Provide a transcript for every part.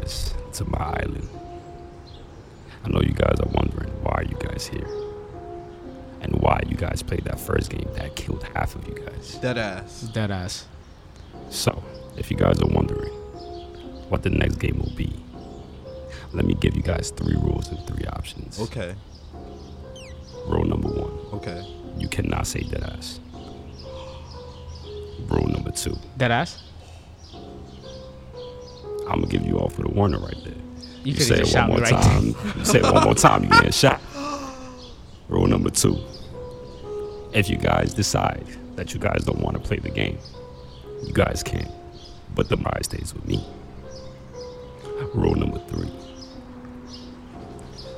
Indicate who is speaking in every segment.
Speaker 1: to my island. I know you guys are wondering why are you guys here? And why you guys played that first game that killed half of you guys.
Speaker 2: Dead ass.
Speaker 3: Dead ass.
Speaker 1: So, if you guys are wondering what the next game will be, let me give you guys three rules and three options.
Speaker 2: Okay.
Speaker 1: Rule number one,
Speaker 2: Okay.
Speaker 1: you cannot say dead ass. Rule number two,
Speaker 3: Dead ass.
Speaker 1: I'm gonna give you all for the warning right there.
Speaker 3: You
Speaker 1: You
Speaker 3: could
Speaker 1: say
Speaker 3: have
Speaker 1: it one
Speaker 3: just shot me
Speaker 1: more
Speaker 3: right there.
Speaker 1: time. you say it one more time, you get shot. Rule number two. If you guys decide that you guys don't want to play the game, you guys can. But the prize stays with me. Rule number three.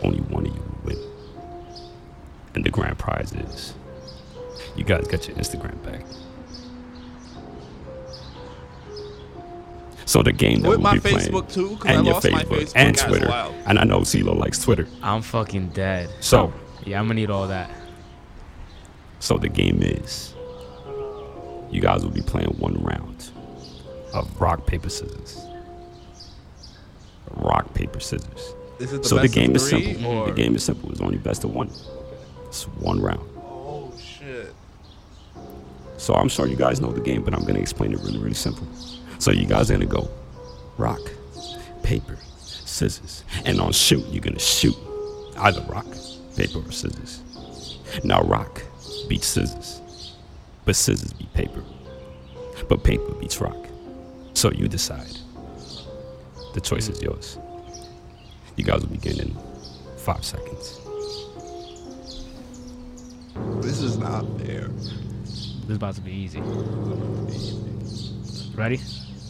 Speaker 1: Only one of you will win. And the grand prize is you guys got your Instagram back. So the game that
Speaker 2: With
Speaker 1: we'll
Speaker 2: my
Speaker 1: be playing,
Speaker 2: Facebook too, 'cause I
Speaker 1: and your
Speaker 2: lost my
Speaker 1: Facebook,
Speaker 2: Facebook.
Speaker 1: and
Speaker 2: That's
Speaker 1: Twitter,
Speaker 2: wild.
Speaker 1: and I know CeeLo likes Twitter.
Speaker 3: I'm fucking dead.
Speaker 1: So,
Speaker 3: Yeah, I'm gonna need all that.
Speaker 1: so the game is, you guys will be playing one round of rock paper scissors. Rock paper scissors.
Speaker 2: Is it the
Speaker 1: so the
Speaker 2: best
Speaker 1: game
Speaker 2: of
Speaker 1: is
Speaker 2: three,
Speaker 1: simple.
Speaker 2: Or?
Speaker 1: The game is simple. It's only best of one. It's one round.
Speaker 2: Oh shit.
Speaker 1: So I'm sure you guys know the game, but I'm gonna explain it really, really simple. So you guys are gonna go rock, paper, scissors, and on shoot you're gonna shoot either rock, paper, or scissors. Now rock beats scissors, but scissors beat paper, but paper beats rock. So you decide. The choice is yours. You guys will begin in five seconds.
Speaker 2: This is not fair.
Speaker 3: This is about to be easy. Ready?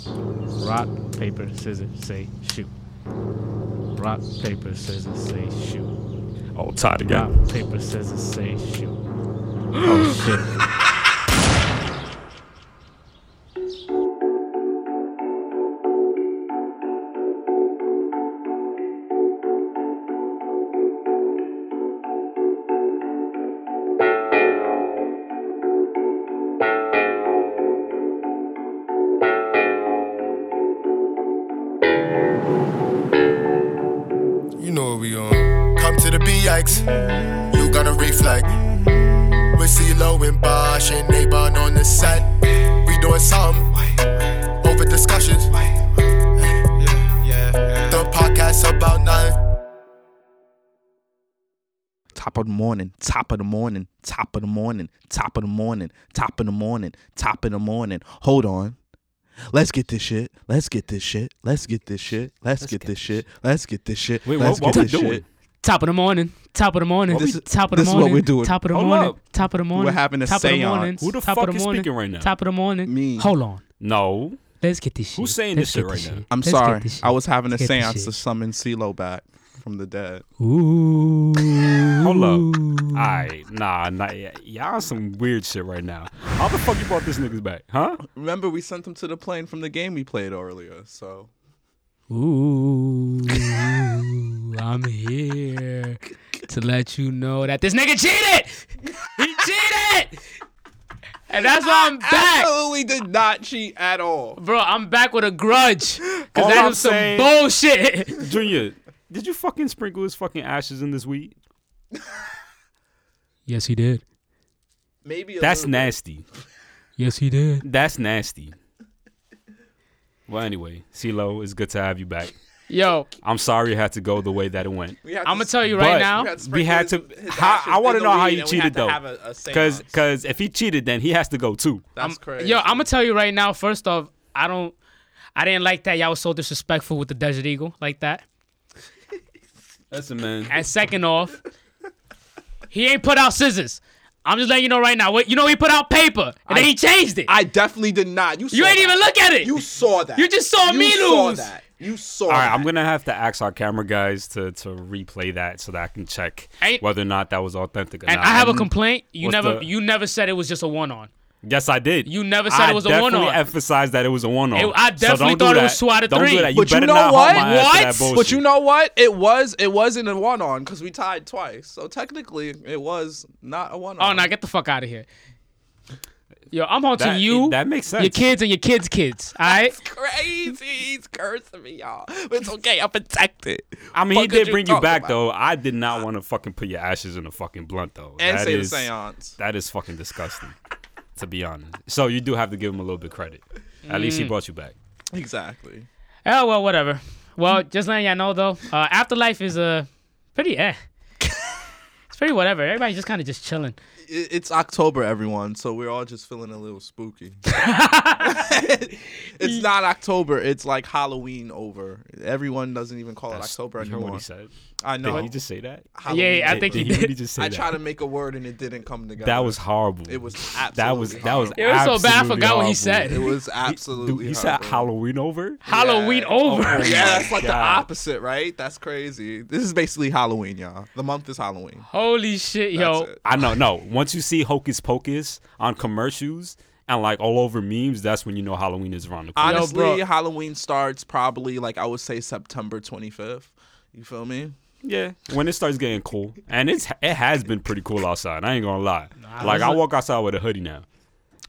Speaker 3: Rock, paper, scissors, say shoot. Rock, paper, scissors, say shoot.
Speaker 1: All tied
Speaker 3: Rock,
Speaker 1: again.
Speaker 3: paper, scissors, say shoot. Oh shit.
Speaker 4: You know what we on. Come to the B yikes. You got a reef like. With CeeLo and Bosh and Nabon on the set. We doing something. Over discussions. The podcast about nothing.
Speaker 5: top of the morning, top of the morning, top of the morning, top of the morning, top of the morning, top of the morning. Hold on. Let's get this shit. Let's get this shit. Let's get this shit. Let's, get, this shit. Let's get this shit.
Speaker 1: Wait,
Speaker 5: Let's
Speaker 1: what- what
Speaker 5: get this
Speaker 1: we doing?
Speaker 5: shit.
Speaker 3: Top of the morning. Top of the morning.
Speaker 5: What we-
Speaker 3: top of the
Speaker 5: this is what
Speaker 3: morning.
Speaker 5: we're doing.
Speaker 3: Top of the
Speaker 1: Hold
Speaker 3: morning.
Speaker 1: up.
Speaker 3: Top of the morning.
Speaker 5: having a
Speaker 3: top of the
Speaker 5: seance.
Speaker 3: morning.
Speaker 1: Who the
Speaker 3: top
Speaker 1: fuck
Speaker 3: of the
Speaker 1: is
Speaker 3: morning,
Speaker 1: speaking right now?
Speaker 3: Top of the morning.
Speaker 5: Me.
Speaker 3: Hold on.
Speaker 1: No.
Speaker 3: Let's get this shit.
Speaker 1: Who's saying
Speaker 3: Let's
Speaker 1: this shit
Speaker 3: get
Speaker 1: right now?
Speaker 5: I'm
Speaker 3: Let's get
Speaker 5: sorry.
Speaker 3: this shit.
Speaker 5: I was having a
Speaker 3: Let's get this
Speaker 5: seance to
Speaker 3: shit.
Speaker 5: summon CeeLo back from the dead.
Speaker 3: Ooh.
Speaker 1: Hold up. Alright, nah, nah, y- y'all some weird shit right now. How the fuck you brought this niggas back, huh?
Speaker 2: Remember, we sent him to the plane from the game we played earlier. So
Speaker 3: Ooh, I'm here to let you know that this nigga cheated. He cheated, and that's why I'm back,
Speaker 2: absolutely did not cheat at all.
Speaker 3: bro. I'm back with a grudge, cause
Speaker 1: All
Speaker 3: that
Speaker 1: I'm
Speaker 3: was some
Speaker 1: saying-
Speaker 3: bullshit.
Speaker 1: Junior, did you fucking sprinkle his fucking ashes in this weed?
Speaker 3: Yes, he did.
Speaker 2: Maybe a
Speaker 1: That's
Speaker 2: little
Speaker 1: nasty.
Speaker 3: Yes, he did.
Speaker 1: That's nasty. Well, anyway, CeeLo, it's good to have you back.
Speaker 3: Yo,
Speaker 1: I'm sorry it had to go the way that it went.
Speaker 2: We have
Speaker 3: I'm gonna
Speaker 2: to-
Speaker 3: tell you right
Speaker 1: But-
Speaker 3: now.
Speaker 1: We
Speaker 2: had to
Speaker 1: We had
Speaker 2: sprinkle
Speaker 1: to-
Speaker 2: his- his
Speaker 1: how-
Speaker 2: ashes
Speaker 1: I wanna
Speaker 2: in
Speaker 1: know
Speaker 2: the
Speaker 1: how
Speaker 2: weed
Speaker 1: you
Speaker 2: and we
Speaker 1: cheated,
Speaker 2: had to
Speaker 1: though.
Speaker 2: have a- a
Speaker 1: Cause,
Speaker 2: seance.
Speaker 1: cause if he cheated, then he has to go too.
Speaker 2: that's crazy.
Speaker 3: Yo, I'm gonna tell you right now. First off, I don't, I didn't like that y'all was so disrespectful with the Desert Eagle like that.
Speaker 1: Listen, man.
Speaker 3: And second off, he ain't put out scissors. I'm just letting you know right now. Wait, you know he put out paper, and then he changed it.
Speaker 2: I definitely did not. You saw
Speaker 3: you ain't
Speaker 2: that.
Speaker 3: even look at it.
Speaker 2: You saw that.
Speaker 3: You just saw
Speaker 2: you
Speaker 3: me
Speaker 2: saw
Speaker 3: lose.
Speaker 2: That. You saw.
Speaker 1: All right,
Speaker 2: that.
Speaker 1: I'm gonna have to ask our camera guys to, to replay that so that I can check
Speaker 3: Ain't-
Speaker 1: whether or not that was authentic or
Speaker 3: and
Speaker 1: not.
Speaker 3: I have a complaint. You
Speaker 1: What's
Speaker 3: never,
Speaker 1: the-
Speaker 3: you never said it was just a one-on.
Speaker 1: Yes, I did.
Speaker 3: You never said
Speaker 1: I
Speaker 3: it was a one-on.
Speaker 1: definitely emphasized that it was a one on.
Speaker 3: It- I definitely thought it was SWAT at
Speaker 1: don't
Speaker 3: three.
Speaker 1: Do that. You
Speaker 2: But you
Speaker 1: better
Speaker 2: know
Speaker 1: not
Speaker 2: what?
Speaker 1: Hold my ass to
Speaker 3: What?
Speaker 1: That bullshit.
Speaker 2: But you know what? It was it wasn't a one on because we tied twice. So technically, it was not a one
Speaker 3: Oh
Speaker 2: on.
Speaker 3: no, get the fuck out of here. Yo, I'm haunting
Speaker 6: That-
Speaker 3: you,
Speaker 6: that makes sense.
Speaker 3: your kids, and your kids' kids. All right.
Speaker 2: Crazy. He's cursing me, y'all. But it's okay. I'm protected.
Speaker 6: I mean, he
Speaker 2: Fuck is
Speaker 6: did
Speaker 2: you
Speaker 6: bring you
Speaker 2: talking
Speaker 6: back
Speaker 2: about?
Speaker 6: though. I did not want to fucking put your ashes in a fucking blunt though.
Speaker 2: And
Speaker 6: That
Speaker 2: say
Speaker 6: is-
Speaker 2: the seance.
Speaker 6: That is fucking disgusting, to be honest. So you do have to give him a little bit credit. At least
Speaker 3: Mm.
Speaker 6: he brought you back.
Speaker 2: Exactly.
Speaker 3: Oh well, whatever. Well, just letting y'all know though, uh, afterlife is uh, pretty eh. it's pretty whatever. Everybody's just kind of just chilling.
Speaker 2: It, it's October, everyone, so we're all just feeling a little spooky. it's not October. It's like Halloween over. Everyone doesn't even call
Speaker 6: That's-
Speaker 2: it October
Speaker 6: you heard what
Speaker 2: anymore.
Speaker 6: he said?
Speaker 2: I know.
Speaker 6: Did he just say that?
Speaker 2: Halloween.
Speaker 3: Yeah, I
Speaker 6: Did-
Speaker 3: think he
Speaker 6: did
Speaker 3: did.
Speaker 6: really just say
Speaker 2: I
Speaker 6: that?
Speaker 2: tried to make a word and it didn't come together.
Speaker 6: That was horrible.
Speaker 2: It was
Speaker 6: That was
Speaker 2: absolutely
Speaker 6: that was.
Speaker 2: horrible.
Speaker 3: It was so bad, I forgot
Speaker 6: absolutely
Speaker 3: what he
Speaker 6: horrible.
Speaker 3: said.
Speaker 2: It was
Speaker 6: Dude,
Speaker 2: absolutely.
Speaker 6: you said
Speaker 2: horrible.
Speaker 6: Halloween over.
Speaker 3: Halloween
Speaker 2: Yeah.
Speaker 3: over.
Speaker 2: Yeah, that's like the
Speaker 6: God.
Speaker 2: opposite, right? That's crazy. This is basically Halloween, y'all. The month is Halloween.
Speaker 3: Holy shit, yo.
Speaker 2: That's it.
Speaker 6: I know. No, once you see Hocus Pocus on commercials and like all over memes, that's when you know Halloween is around the corner.
Speaker 2: Honestly,
Speaker 3: bro.
Speaker 2: Halloween starts probably like I would say September 25th. You feel me?
Speaker 6: Yeah, when it starts getting cool, and it's it has been pretty cool outside. I ain't gonna lie. like I
Speaker 3: listen-
Speaker 6: walk outside with a hoodie now.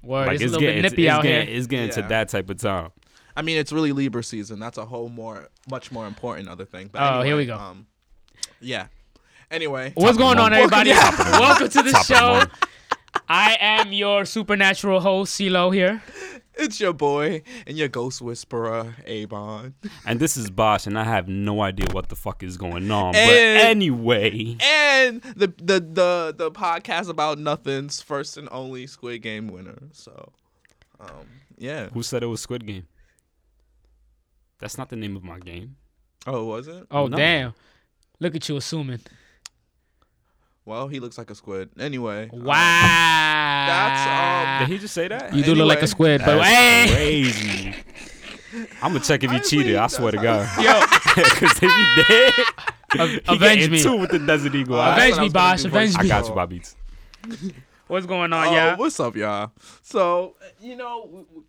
Speaker 3: Word,
Speaker 6: Like
Speaker 3: it's,
Speaker 6: it's,
Speaker 3: a little
Speaker 6: getting
Speaker 3: bit
Speaker 6: it's,
Speaker 3: nippy
Speaker 6: it's
Speaker 3: out
Speaker 6: getting,
Speaker 3: here.
Speaker 6: it's getting to
Speaker 2: Yeah.
Speaker 6: that type of time.
Speaker 2: I mean, it's really Libra season. That's a whole more, much more important other thing. But
Speaker 3: Oh,
Speaker 2: anyway,
Speaker 3: here we go.
Speaker 2: Um, yeah. Anyway,
Speaker 3: What's going on,
Speaker 6: Welcome-
Speaker 3: everybody? Welcome, to the
Speaker 6: Top of the
Speaker 3: show.
Speaker 6: morning.
Speaker 3: I am your supernatural host, CeeLo here.
Speaker 2: it's your boy and your ghost whisperer, Avon.
Speaker 6: And this is Bosh, and I have no idea what the fuck is going
Speaker 2: And-
Speaker 6: on. but anyway,
Speaker 2: and the, the the the podcast about nothing's first and only Squid Game winner. So, um, yeah.
Speaker 6: who said it was Squid Game? That's not the name of my game.
Speaker 2: Oh, was it?
Speaker 3: Oh,
Speaker 6: No.
Speaker 3: damn. Look at you assuming.
Speaker 2: Well, he looks like a squid. Anyway. um,
Speaker 3: Wow.
Speaker 2: that's,
Speaker 6: Did he just say that?
Speaker 3: you do look like a
Speaker 2: anyway,
Speaker 3: squid, but
Speaker 6: um, That's
Speaker 3: hey.
Speaker 6: crazy. I'm gonna check if he
Speaker 2: Honestly,
Speaker 6: cheated. I
Speaker 2: that's
Speaker 6: swear to
Speaker 2: how-
Speaker 6: God.
Speaker 3: Yo,
Speaker 6: Because if he did, he
Speaker 3: avenge
Speaker 6: getting
Speaker 3: me.
Speaker 6: Two with the Desert Eagle.
Speaker 2: uh, that's
Speaker 6: I,
Speaker 3: Avenge
Speaker 2: what I was
Speaker 3: me,
Speaker 2: gonna
Speaker 3: Bosh,
Speaker 2: do
Speaker 3: avenge
Speaker 2: first.
Speaker 6: I
Speaker 3: me.
Speaker 6: got you, Bobby.
Speaker 3: What's going on,
Speaker 6: Uh,
Speaker 2: Oh,
Speaker 3: y'all?
Speaker 2: what's up, y'all? So, you know, w- w-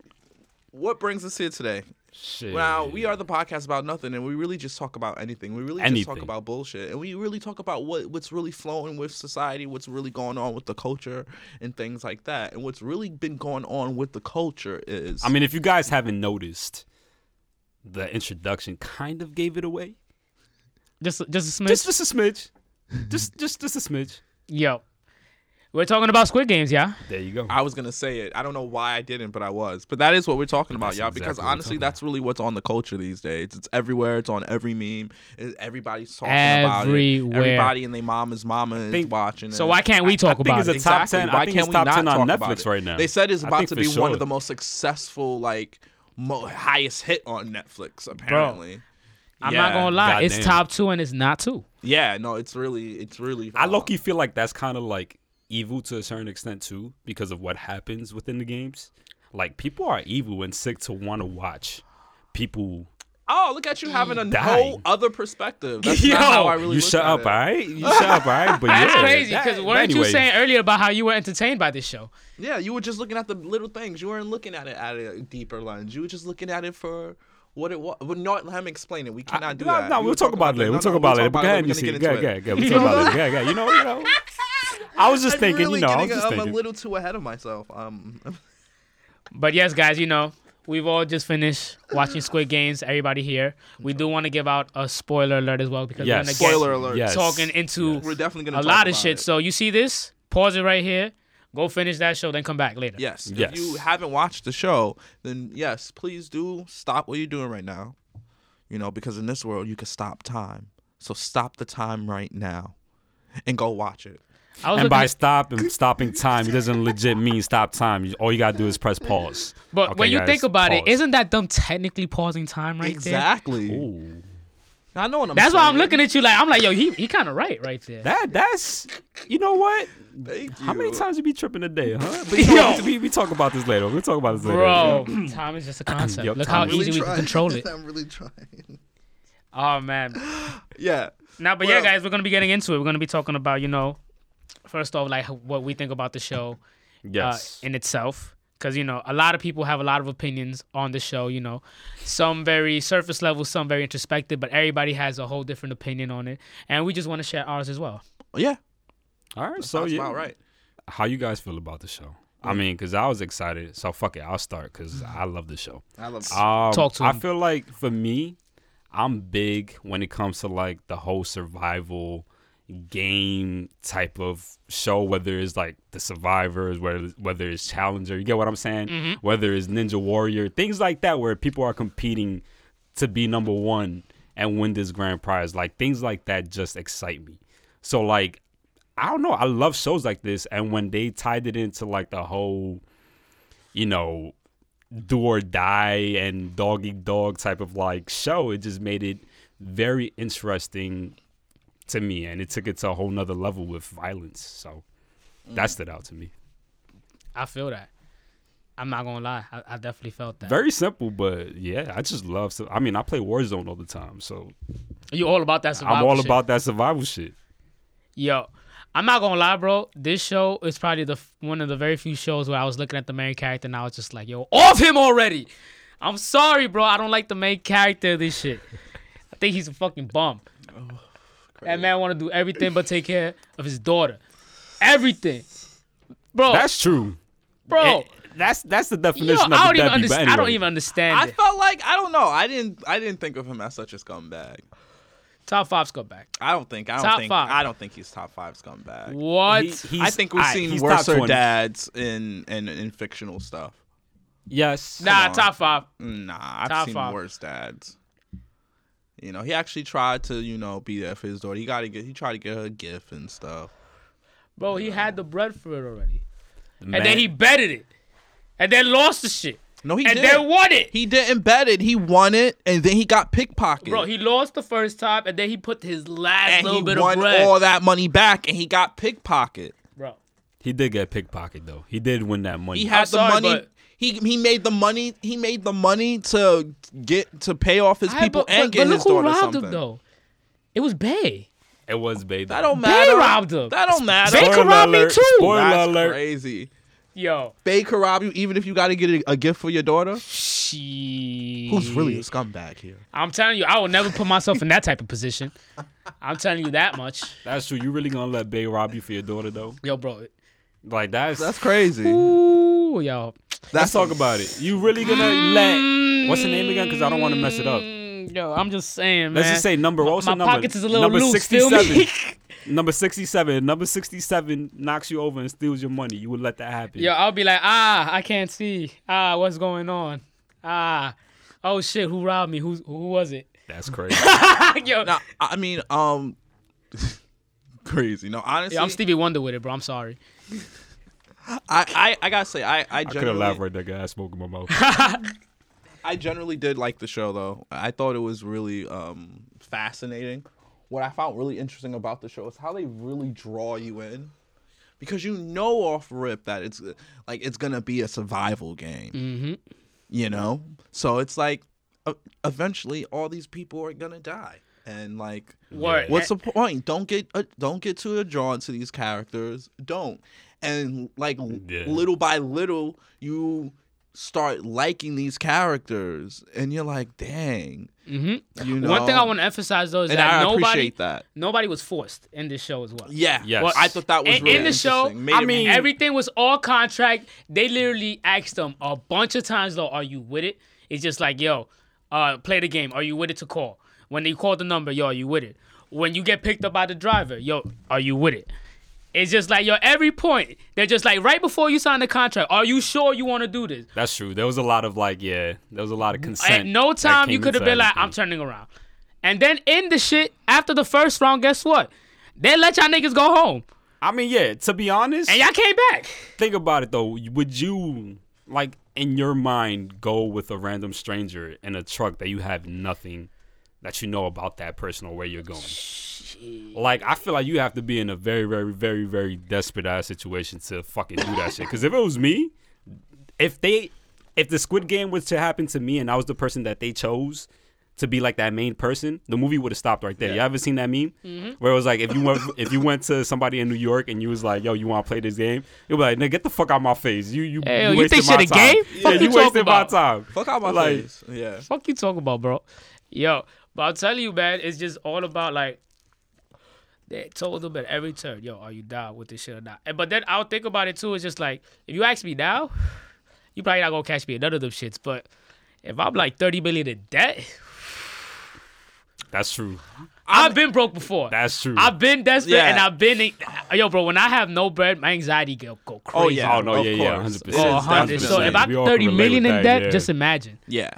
Speaker 2: what brings us here today?
Speaker 6: Shit.
Speaker 2: Now, we are the podcast about nothing, and we really just talk about anything. We really just
Speaker 6: Anything.
Speaker 2: talk about bullshit, and we really talk about what what's really flowing with society, what's really going on with the culture, and things like that. And what's really been going on with the culture is,
Speaker 6: I mean, if you guys haven't noticed, the introduction kind of gave it away.
Speaker 3: Just, just a smidge.
Speaker 6: Just, just a smidge. Just, just, just a smidge.
Speaker 3: Yo, we're talking about Squid Games, yeah.
Speaker 6: There you go.
Speaker 2: I was gonna say it. I don't know why I didn't, but I was. But that is what we're talking about,
Speaker 6: That's
Speaker 2: y'all.
Speaker 6: exactly
Speaker 2: because
Speaker 6: what we're
Speaker 2: honestly,
Speaker 6: talking about.
Speaker 2: that's really what's on the culture these days. It's everywhere. It's on every meme. It- Everybody's talking about
Speaker 3: Everywhere.
Speaker 2: it. Everybody and their mama's mama is
Speaker 6: think-
Speaker 2: watching it.
Speaker 3: So why can't we talk
Speaker 6: think
Speaker 3: about
Speaker 6: it's
Speaker 3: it?
Speaker 6: a top 10 I
Speaker 2: Why
Speaker 6: think
Speaker 2: can't
Speaker 6: it's
Speaker 2: we
Speaker 6: top
Speaker 2: not
Speaker 6: 10 on
Speaker 2: talk about
Speaker 6: Netflix
Speaker 2: it?
Speaker 6: right now.
Speaker 2: They said it's
Speaker 6: I
Speaker 2: about
Speaker 6: think
Speaker 2: to
Speaker 6: for
Speaker 2: be one
Speaker 6: sure.
Speaker 2: of the most successful, like mo- highest hit on Netflix. Apparently,
Speaker 3: I'm
Speaker 6: Yeah,
Speaker 3: not gonna lie, it's
Speaker 6: goddamn.
Speaker 3: top two and it's not two.
Speaker 2: yeah. No, it's really, it's really.
Speaker 6: I
Speaker 2: um,
Speaker 6: low feel like that's kind of like evil to a certain extent too, because of what happens within the games. Like people are evil and sick to want to watch people.
Speaker 2: Oh, look at you having a
Speaker 6: Dying.
Speaker 2: whole other perspective. That's not how I really
Speaker 6: you
Speaker 2: look
Speaker 6: shut
Speaker 2: at
Speaker 6: up,
Speaker 2: it.
Speaker 6: all right? You shut up, all right? But
Speaker 3: That's
Speaker 6: yeah,
Speaker 3: crazy
Speaker 6: that-
Speaker 3: because
Speaker 6: but
Speaker 3: weren't you
Speaker 6: anyway,
Speaker 3: saying earlier about how you were entertained by this show?
Speaker 2: Yeah, you were just looking at the little things. You weren't looking at it at a deeper lens. You were just looking at it for what it was. But not let him explain it. We cannot do
Speaker 6: No,
Speaker 2: that.
Speaker 6: no,
Speaker 2: We
Speaker 6: we'll
Speaker 2: were
Speaker 6: talk
Speaker 2: talking
Speaker 6: about it later.
Speaker 2: no,
Speaker 6: We'll
Speaker 2: no,
Speaker 6: talk about it later. But go ahead and
Speaker 2: We're
Speaker 6: you see.
Speaker 2: gonna
Speaker 6: Go
Speaker 2: get into
Speaker 6: ahead,
Speaker 2: it.
Speaker 6: go ahead, go ahead. We'll talk about it later. Go ahead, go ahead. You know, you know. I was just
Speaker 2: I'm
Speaker 6: thinking,
Speaker 2: really
Speaker 6: you know, I was
Speaker 2: getting,
Speaker 6: just
Speaker 2: um,
Speaker 6: thinking.
Speaker 2: a little too ahead of myself. Um,
Speaker 3: But yes, guys, you know we've all just finished watching Squid Games. Everybody here, we do want to give out a spoiler alert as well because
Speaker 6: Yes.
Speaker 3: we're gonna
Speaker 2: Spoiler
Speaker 3: get
Speaker 2: alert.
Speaker 6: Yes.
Speaker 3: talking into
Speaker 2: we're definitely gonna
Speaker 3: a
Speaker 2: talk
Speaker 3: lot of
Speaker 2: about
Speaker 3: shit.
Speaker 2: it.
Speaker 3: So you see this? Pause it right here. Go finish that show, then come back later.
Speaker 2: Yes.
Speaker 6: Yes.
Speaker 2: If you haven't watched the show, then yes, please do stop what you're doing right now. You know, because in this world you can stop time. So stop the time right now and go watch it.
Speaker 3: I was
Speaker 6: And
Speaker 3: looking
Speaker 6: by stop and stopping time, it doesn't legit mean stop time. You- All you gotta do is press pause.
Speaker 3: But
Speaker 6: Okay,
Speaker 3: when you
Speaker 6: guys,
Speaker 3: think about it,
Speaker 6: pause.
Speaker 3: isn't that them technically pausing time right there?
Speaker 2: exactly.
Speaker 6: Ooh.
Speaker 2: I know what I'm
Speaker 3: That's why I'm
Speaker 2: saying.
Speaker 3: looking at you like I'm like, yo, he he kind of right right there.
Speaker 6: that that's you know what?
Speaker 2: Thank you.
Speaker 6: How many times you be tripping a day, huh? But you know,
Speaker 3: Yo.
Speaker 6: we, we talk about this later. We'll talk about this later.
Speaker 3: Bro, time is just a concept.
Speaker 6: Yup,
Speaker 3: Look
Speaker 6: time
Speaker 3: how
Speaker 6: is-
Speaker 3: easy we can control it.
Speaker 2: I'm really trying.
Speaker 3: Oh man.
Speaker 2: Yeah.
Speaker 3: Now, but yeah,
Speaker 2: Well-
Speaker 3: guys, we're gonna be getting into it. We're gonna be talking about you know, first off, like what we think about the show uh,
Speaker 6: Yes.
Speaker 3: in itself, because you know a lot of people have a lot of opinions on the show. You know, some very surface level, some very introspective, but everybody has a whole different opinion on it, and we just want to share ours as well.
Speaker 2: Yeah.
Speaker 6: All right. So
Speaker 2: Sounds
Speaker 6: Oh, yeah.
Speaker 2: about right.
Speaker 6: How you guys feel about the show? I mean, because I was excited, so fuck it, I'll start because I love the show.
Speaker 2: I love
Speaker 6: Um,
Speaker 3: Talk to
Speaker 6: I
Speaker 3: him.
Speaker 6: feel like for me, I'm big when it comes to like the whole survival game type of show, whether it's like the survivors, whether whether it's Challenger, you get what I'm saying?
Speaker 3: Mm-hmm.
Speaker 6: Whether it's Ninja Warrior, things like that, where people are competing to be number one and win this grand prize, like things like that, just excite me. So like, I don't know, I love shows like this, and when they tied it into like the whole, you know, do or die and dog eat dog type of like show. It just made it very interesting to me, and it took it to a whole nother level with violence. So that stood out to me.
Speaker 3: I feel that. I'm not gonna lie. I, I definitely felt that.
Speaker 6: Very simple, but yeah, I just love. So, I mean, I play Warzone all the time, so
Speaker 3: you all about that survival
Speaker 6: I'm all
Speaker 3: shit.
Speaker 6: about that survival shit.
Speaker 3: Yo, I'm not gonna lie, bro. This show is probably the f- one of the very few shows where I was looking at the main character and I was just like, yo, off him already. I'm sorry, bro. I don't like the main character of this shit. I think he's a fucking bum. that man want to do everything but take care of his daughter. Everything, bro.
Speaker 6: That's true,
Speaker 3: bro.
Speaker 6: It- that's that's the
Speaker 3: Oh. yo,
Speaker 6: definition
Speaker 3: I don't
Speaker 6: of a
Speaker 3: even
Speaker 6: Debbie. but
Speaker 3: understand. I don't
Speaker 6: anyway.
Speaker 3: even understand.
Speaker 2: I
Speaker 3: it.
Speaker 2: felt like I don't know. I didn't I didn't think of him as such a scumbag.
Speaker 3: Top five scumbag.
Speaker 2: I don't think I don't
Speaker 3: Top
Speaker 2: think
Speaker 3: five.
Speaker 2: I don't think he's top five scumbag.
Speaker 3: What?
Speaker 6: He- he's-
Speaker 2: I think we've
Speaker 6: alright,
Speaker 2: seen
Speaker 6: he's top
Speaker 2: worser
Speaker 6: 20.
Speaker 2: dads in, in in fictional stuff.
Speaker 6: Yes,
Speaker 3: nah,
Speaker 2: on.
Speaker 3: top five.
Speaker 2: Nah, I've
Speaker 3: Top
Speaker 2: seen
Speaker 3: five.
Speaker 2: worse dads. You know, he actually tried to, you know, be there for his daughter. He got to get he tried to get her a gift and stuff.
Speaker 3: Bro, he had the bread for it already.
Speaker 6: Man,
Speaker 3: And then he betted it. And then lost the shit.
Speaker 2: No, he
Speaker 3: and
Speaker 2: did.
Speaker 3: then won it.
Speaker 2: he didn't bet it. He won it, and then he got pickpocketed.
Speaker 3: Bro, he lost the first time and then he put his last
Speaker 2: and
Speaker 3: little
Speaker 2: he
Speaker 3: bit
Speaker 2: won
Speaker 3: of bread.
Speaker 2: all that money back, and he got pickpocketed.
Speaker 3: Bro.
Speaker 6: he did get pickpocket though. He did win that money.
Speaker 2: He had the
Speaker 3: sorry,
Speaker 2: money.
Speaker 3: but-
Speaker 2: He he made the money. He made the money to get to pay off his people
Speaker 3: but,
Speaker 2: and
Speaker 3: but- but
Speaker 2: get
Speaker 3: look
Speaker 2: his
Speaker 3: who
Speaker 2: daughter
Speaker 3: robbed
Speaker 2: something.
Speaker 3: him though. It was Bay.
Speaker 6: it was baby.
Speaker 2: That don't
Speaker 3: Bay
Speaker 2: matter.
Speaker 3: robbed him.
Speaker 2: That don't matter.
Speaker 3: Baker
Speaker 6: Spoiler
Speaker 3: robbed me
Speaker 6: alert.
Speaker 3: too.
Speaker 6: Spoiler
Speaker 2: That's
Speaker 6: alert.
Speaker 2: crazy.
Speaker 3: Yo.
Speaker 2: Baker rob you even if you got to get a, a gift for your daughter.
Speaker 3: She
Speaker 2: Who's really a scumbag here?
Speaker 3: I'm telling you, I will never put myself in that type of position. I'm telling you that much.
Speaker 6: That's true. You really gonna let Bay rob you for your daughter though?
Speaker 3: Yo, bro.
Speaker 6: Like that's
Speaker 2: That's crazy.
Speaker 3: Ooh, yo.
Speaker 6: Let's talk about it. You really gonna let what's the name again? Because I don't want to mess it up.
Speaker 3: Mm, Yo, I'm just saying, man.
Speaker 6: Let's just say number. What's
Speaker 3: my
Speaker 6: the number?
Speaker 3: pockets is a little
Speaker 6: number
Speaker 3: loose, feel me?
Speaker 6: 67. number sixty-seven. Number sixty-seven knocks you over and steals your money. You would let that happen?
Speaker 3: Yo, I'll be like, ah, I can't see. Ah, what's going on? Ah, oh shit, who robbed me? Who who was it?
Speaker 6: that's crazy.
Speaker 3: yo,
Speaker 2: Now, I mean, um, crazy. No, honestly,
Speaker 3: yo, I'm Stevie Wonder with it, bro. I'm sorry.
Speaker 2: I, I, I gotta say, I, I
Speaker 6: I could have laughed
Speaker 2: generally,
Speaker 6: right there. guy smoke in my mouth.
Speaker 2: I generally did like the show though. I thought it was really um fascinating. What I found really interesting about the show is how they really draw you in, because you know off rip that it's uh, like it's gonna be a survival game. Mm-hmm. You know, so it's like uh, eventually all these people are gonna die, and like
Speaker 3: Word.
Speaker 2: What's the point? Don't get uh, don't get too drawn to these characters. Don't. And like l-
Speaker 6: Yeah.
Speaker 2: little by little, you start liking these characters, and you're like, dang. Mm-hmm. You know.
Speaker 3: One thing I want to emphasize though is
Speaker 2: and
Speaker 3: that
Speaker 2: I
Speaker 3: nobody
Speaker 2: appreciate that.
Speaker 3: nobody was forced in this show as well.
Speaker 2: Yeah.
Speaker 6: Yes.
Speaker 2: Well, I thought that was
Speaker 3: in,
Speaker 2: really
Speaker 3: in the show,
Speaker 2: interesting. Made
Speaker 3: I
Speaker 2: it-
Speaker 3: mean, everything was all contract. They literally asked them a bunch of times, though, are you with it? It's just like, yo, uh, play the game. Are you with it to call? When they call the number, yo, are you with it? When you get picked up by the driver, yo, are you with it? It's just like, yo, every point, they're just like, right before you sign the contract, are you sure you want to do this?
Speaker 6: that's true. There was a lot of like, yeah. There was a lot of consent.
Speaker 3: At no
Speaker 6: that
Speaker 3: time you
Speaker 6: came
Speaker 3: could have
Speaker 6: into
Speaker 3: been like, I'm
Speaker 6: everything.
Speaker 3: turning around. And then in the shit, after the first round, guess what? They let y'all niggas go home.
Speaker 6: I mean, yeah. To be honest,
Speaker 3: And y'all came back.
Speaker 6: think about it though. Would you like in your mind go with a random stranger in a truck that you have nothing that you know about that person or where you're going? Like I feel like you have to be in a very, very, very, very desperate ass situation to fucking do that shit. Because if it was me, if they, if the Squid Game was to happen to me and I was the person that they chose to be like that main person, the movie would have stopped right there. You ever seen that meme
Speaker 3: Mm-hmm.
Speaker 6: where it was like if you went if you went to somebody in New York and you was like, "Yo, you want to play this game?" You'll be like, "Nigga, get the fuck out of my face! You you
Speaker 3: Hey, yo,
Speaker 6: you,
Speaker 3: you
Speaker 6: wasting
Speaker 3: think shit
Speaker 6: my
Speaker 3: a
Speaker 6: time.
Speaker 3: game?
Speaker 6: Yeah,
Speaker 3: Fuck you
Speaker 6: you
Speaker 3: talking
Speaker 6: wasting my
Speaker 3: about?
Speaker 6: time.
Speaker 2: fuck out my
Speaker 6: like,
Speaker 2: face. Yeah.
Speaker 3: fuck you talking about, bro? Yo, but I'll tell you, man, it's just all about like They told them at every turn, yo, are you down with this shit or not? And, but then I'll think about it too. It's just like, if you ask me now, you probably not gonna catch me in none of them shits. But if I'm like 30 million in debt,
Speaker 6: That's true.
Speaker 3: I've been broke before.
Speaker 6: That's true.
Speaker 3: I've been desperate
Speaker 2: Yeah.
Speaker 3: and I've been yo, bro. When I have no bread, my anxiety go go crazy.
Speaker 2: Oh, yeah.
Speaker 6: Oh no,
Speaker 2: Of
Speaker 6: yeah, yeah,
Speaker 2: course.
Speaker 6: hundred
Speaker 2: It
Speaker 6: percent.
Speaker 2: is
Speaker 3: Oh, 100. So
Speaker 2: definitely.
Speaker 3: if I'm
Speaker 6: We all can
Speaker 3: 30 million
Speaker 6: relate
Speaker 3: in debt,
Speaker 6: with that, yeah.
Speaker 3: just imagine.
Speaker 2: Yeah.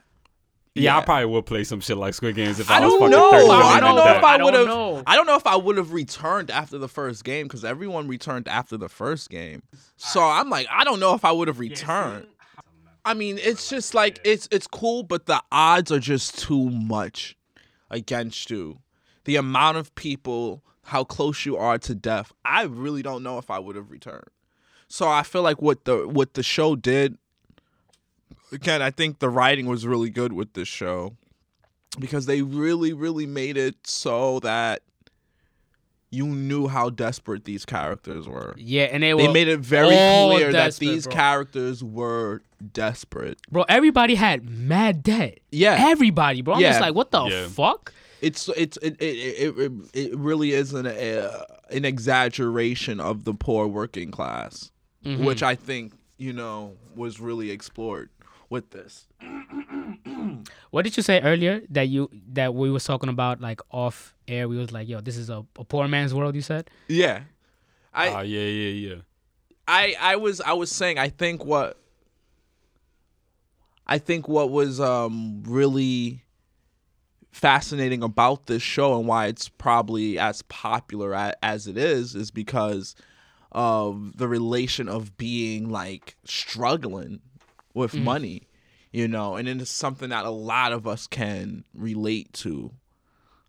Speaker 6: yeah, I
Speaker 2: Yeah.
Speaker 6: probably would play some shit like Squid Games if I,
Speaker 2: I
Speaker 6: was
Speaker 2: don't
Speaker 6: fucking
Speaker 2: know.
Speaker 6: 30 million
Speaker 2: I don't
Speaker 6: in
Speaker 2: know
Speaker 6: debt.
Speaker 2: if I
Speaker 3: I don't
Speaker 2: would
Speaker 3: know.
Speaker 2: have. I don't know if I would have returned after the first game because everyone returned after the first game. So I'm like, I don't know if I would have returned. I mean, it's just like it's it's cool, but the odds are just too much against you. The amount of people, how close you are to death. I really don't know if I would have returned. So I feel like what the what the show did. Again, I think the writing was really good with this show because they really really made it so that you knew how desperate these characters were
Speaker 3: Yeah, and they,
Speaker 2: they
Speaker 3: were
Speaker 2: made it very
Speaker 3: all
Speaker 2: clear that
Speaker 3: desperate,
Speaker 2: these
Speaker 3: bro.
Speaker 2: characters were desperate
Speaker 3: bro. Everybody had mad debt.
Speaker 2: Yeah.
Speaker 3: everybody, bro. I'm just
Speaker 2: Yeah.
Speaker 3: like, what the
Speaker 6: Yeah.
Speaker 3: fuck?
Speaker 2: it's it's it it it, it, it really is an uh, an exaggeration of the poor working class which i think you know was really explored with this
Speaker 3: What did you say earlier that you that we was talking about like off air? We was like, yo, this is a, a poor man's world. You said.
Speaker 2: yeah I,
Speaker 3: Oh,
Speaker 6: Ah, yeah, yeah, yeah.
Speaker 2: I I was I was saying I think what I think what was um really fascinating about this show and why it's probably as popular a- as it is is because of the relation of being like struggling with money, you know, and it is something that a lot of us can relate to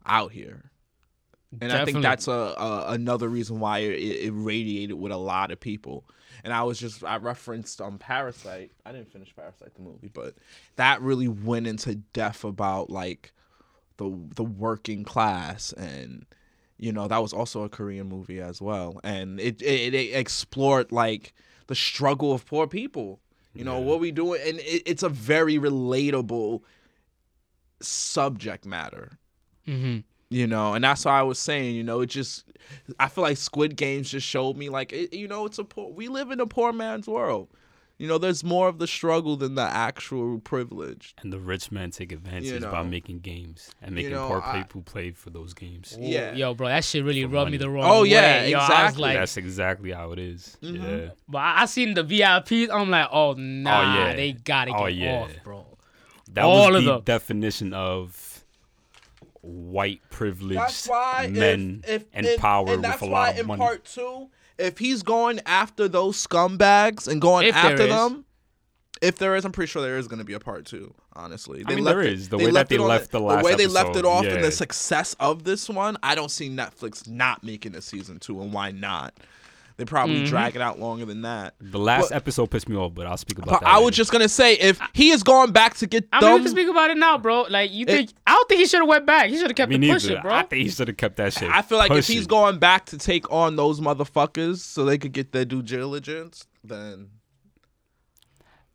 Speaker 2: out here. And I
Speaker 3: Definitely.
Speaker 2: think that's a, a another reason why it, it radiated with a lot of people. And I was just I referenced on Parasite. I didn't finish Parasite the movie, but that really went into depth about like the the working class and you know that was also a Korean movie as well, and it it, it explored like the struggle of poor people. You know what we doing, and it, it's a very relatable subject matter.
Speaker 3: Mm-hmm.
Speaker 2: You know, and that's why I was saying, you know, it just, I feel like Squid Games just showed me, like, it, you know, it's a poor, we live in a poor man's world. You know, there's more of the struggle than the actual privilege.
Speaker 6: And the rich men take advantage
Speaker 2: You
Speaker 6: by
Speaker 2: know.
Speaker 6: making games and making
Speaker 2: know,
Speaker 6: poor
Speaker 2: I-
Speaker 6: people play for those games.
Speaker 2: Yeah.
Speaker 3: Yo, bro, that shit really
Speaker 6: For
Speaker 3: rubbed me
Speaker 6: money.
Speaker 3: the wrong
Speaker 2: Oh,
Speaker 3: way.
Speaker 2: yeah,
Speaker 3: yo, I was
Speaker 2: exactly.
Speaker 3: like,
Speaker 6: That's exactly how it is.
Speaker 2: Mm-hmm.
Speaker 6: Yeah.
Speaker 3: but I, I seen the VIPs. I'm like, oh nah,
Speaker 6: yeah.
Speaker 3: they gotta get
Speaker 6: Oh, yeah.
Speaker 3: off, bro.
Speaker 6: That
Speaker 3: All
Speaker 6: was
Speaker 3: of
Speaker 6: the
Speaker 3: them.
Speaker 6: definition of white privileged
Speaker 2: That's why if-
Speaker 6: men
Speaker 2: if,
Speaker 6: and
Speaker 2: if-
Speaker 6: power
Speaker 2: and that's
Speaker 6: with a
Speaker 2: why
Speaker 6: lot of
Speaker 2: in
Speaker 6: money.
Speaker 2: part two, if he's going after those scumbags and going
Speaker 3: If there
Speaker 2: after
Speaker 3: is.
Speaker 2: them, if there is, I'm pretty sure there is going to be a part two. Honestly,
Speaker 6: mean,
Speaker 2: left
Speaker 6: there
Speaker 2: it-
Speaker 6: is. The way that they
Speaker 2: it on
Speaker 6: left the last
Speaker 2: the way they left it
Speaker 6: episode,
Speaker 2: off, and
Speaker 6: yeah.
Speaker 2: the success of this one, I don't see Netflix not making a season two, and why not? They probably
Speaker 6: Mm-hmm.
Speaker 2: drag it out longer than that.
Speaker 6: the last
Speaker 2: But-
Speaker 6: episode pissed me off, but I'll speak about
Speaker 2: But
Speaker 6: that.
Speaker 2: I was
Speaker 6: later.
Speaker 2: just gonna say, if he is going back to get
Speaker 3: I mean, we
Speaker 2: them,
Speaker 3: can speak about it now, bro. Like, you think I don't think he should have went back. He should have kept
Speaker 6: me
Speaker 3: it
Speaker 6: neither.
Speaker 3: pushing, bro.
Speaker 6: I think he should have kept that shit.
Speaker 2: I feel like
Speaker 6: pushing.
Speaker 2: if he's going back to take on those motherfuckers so they could get their due diligence, then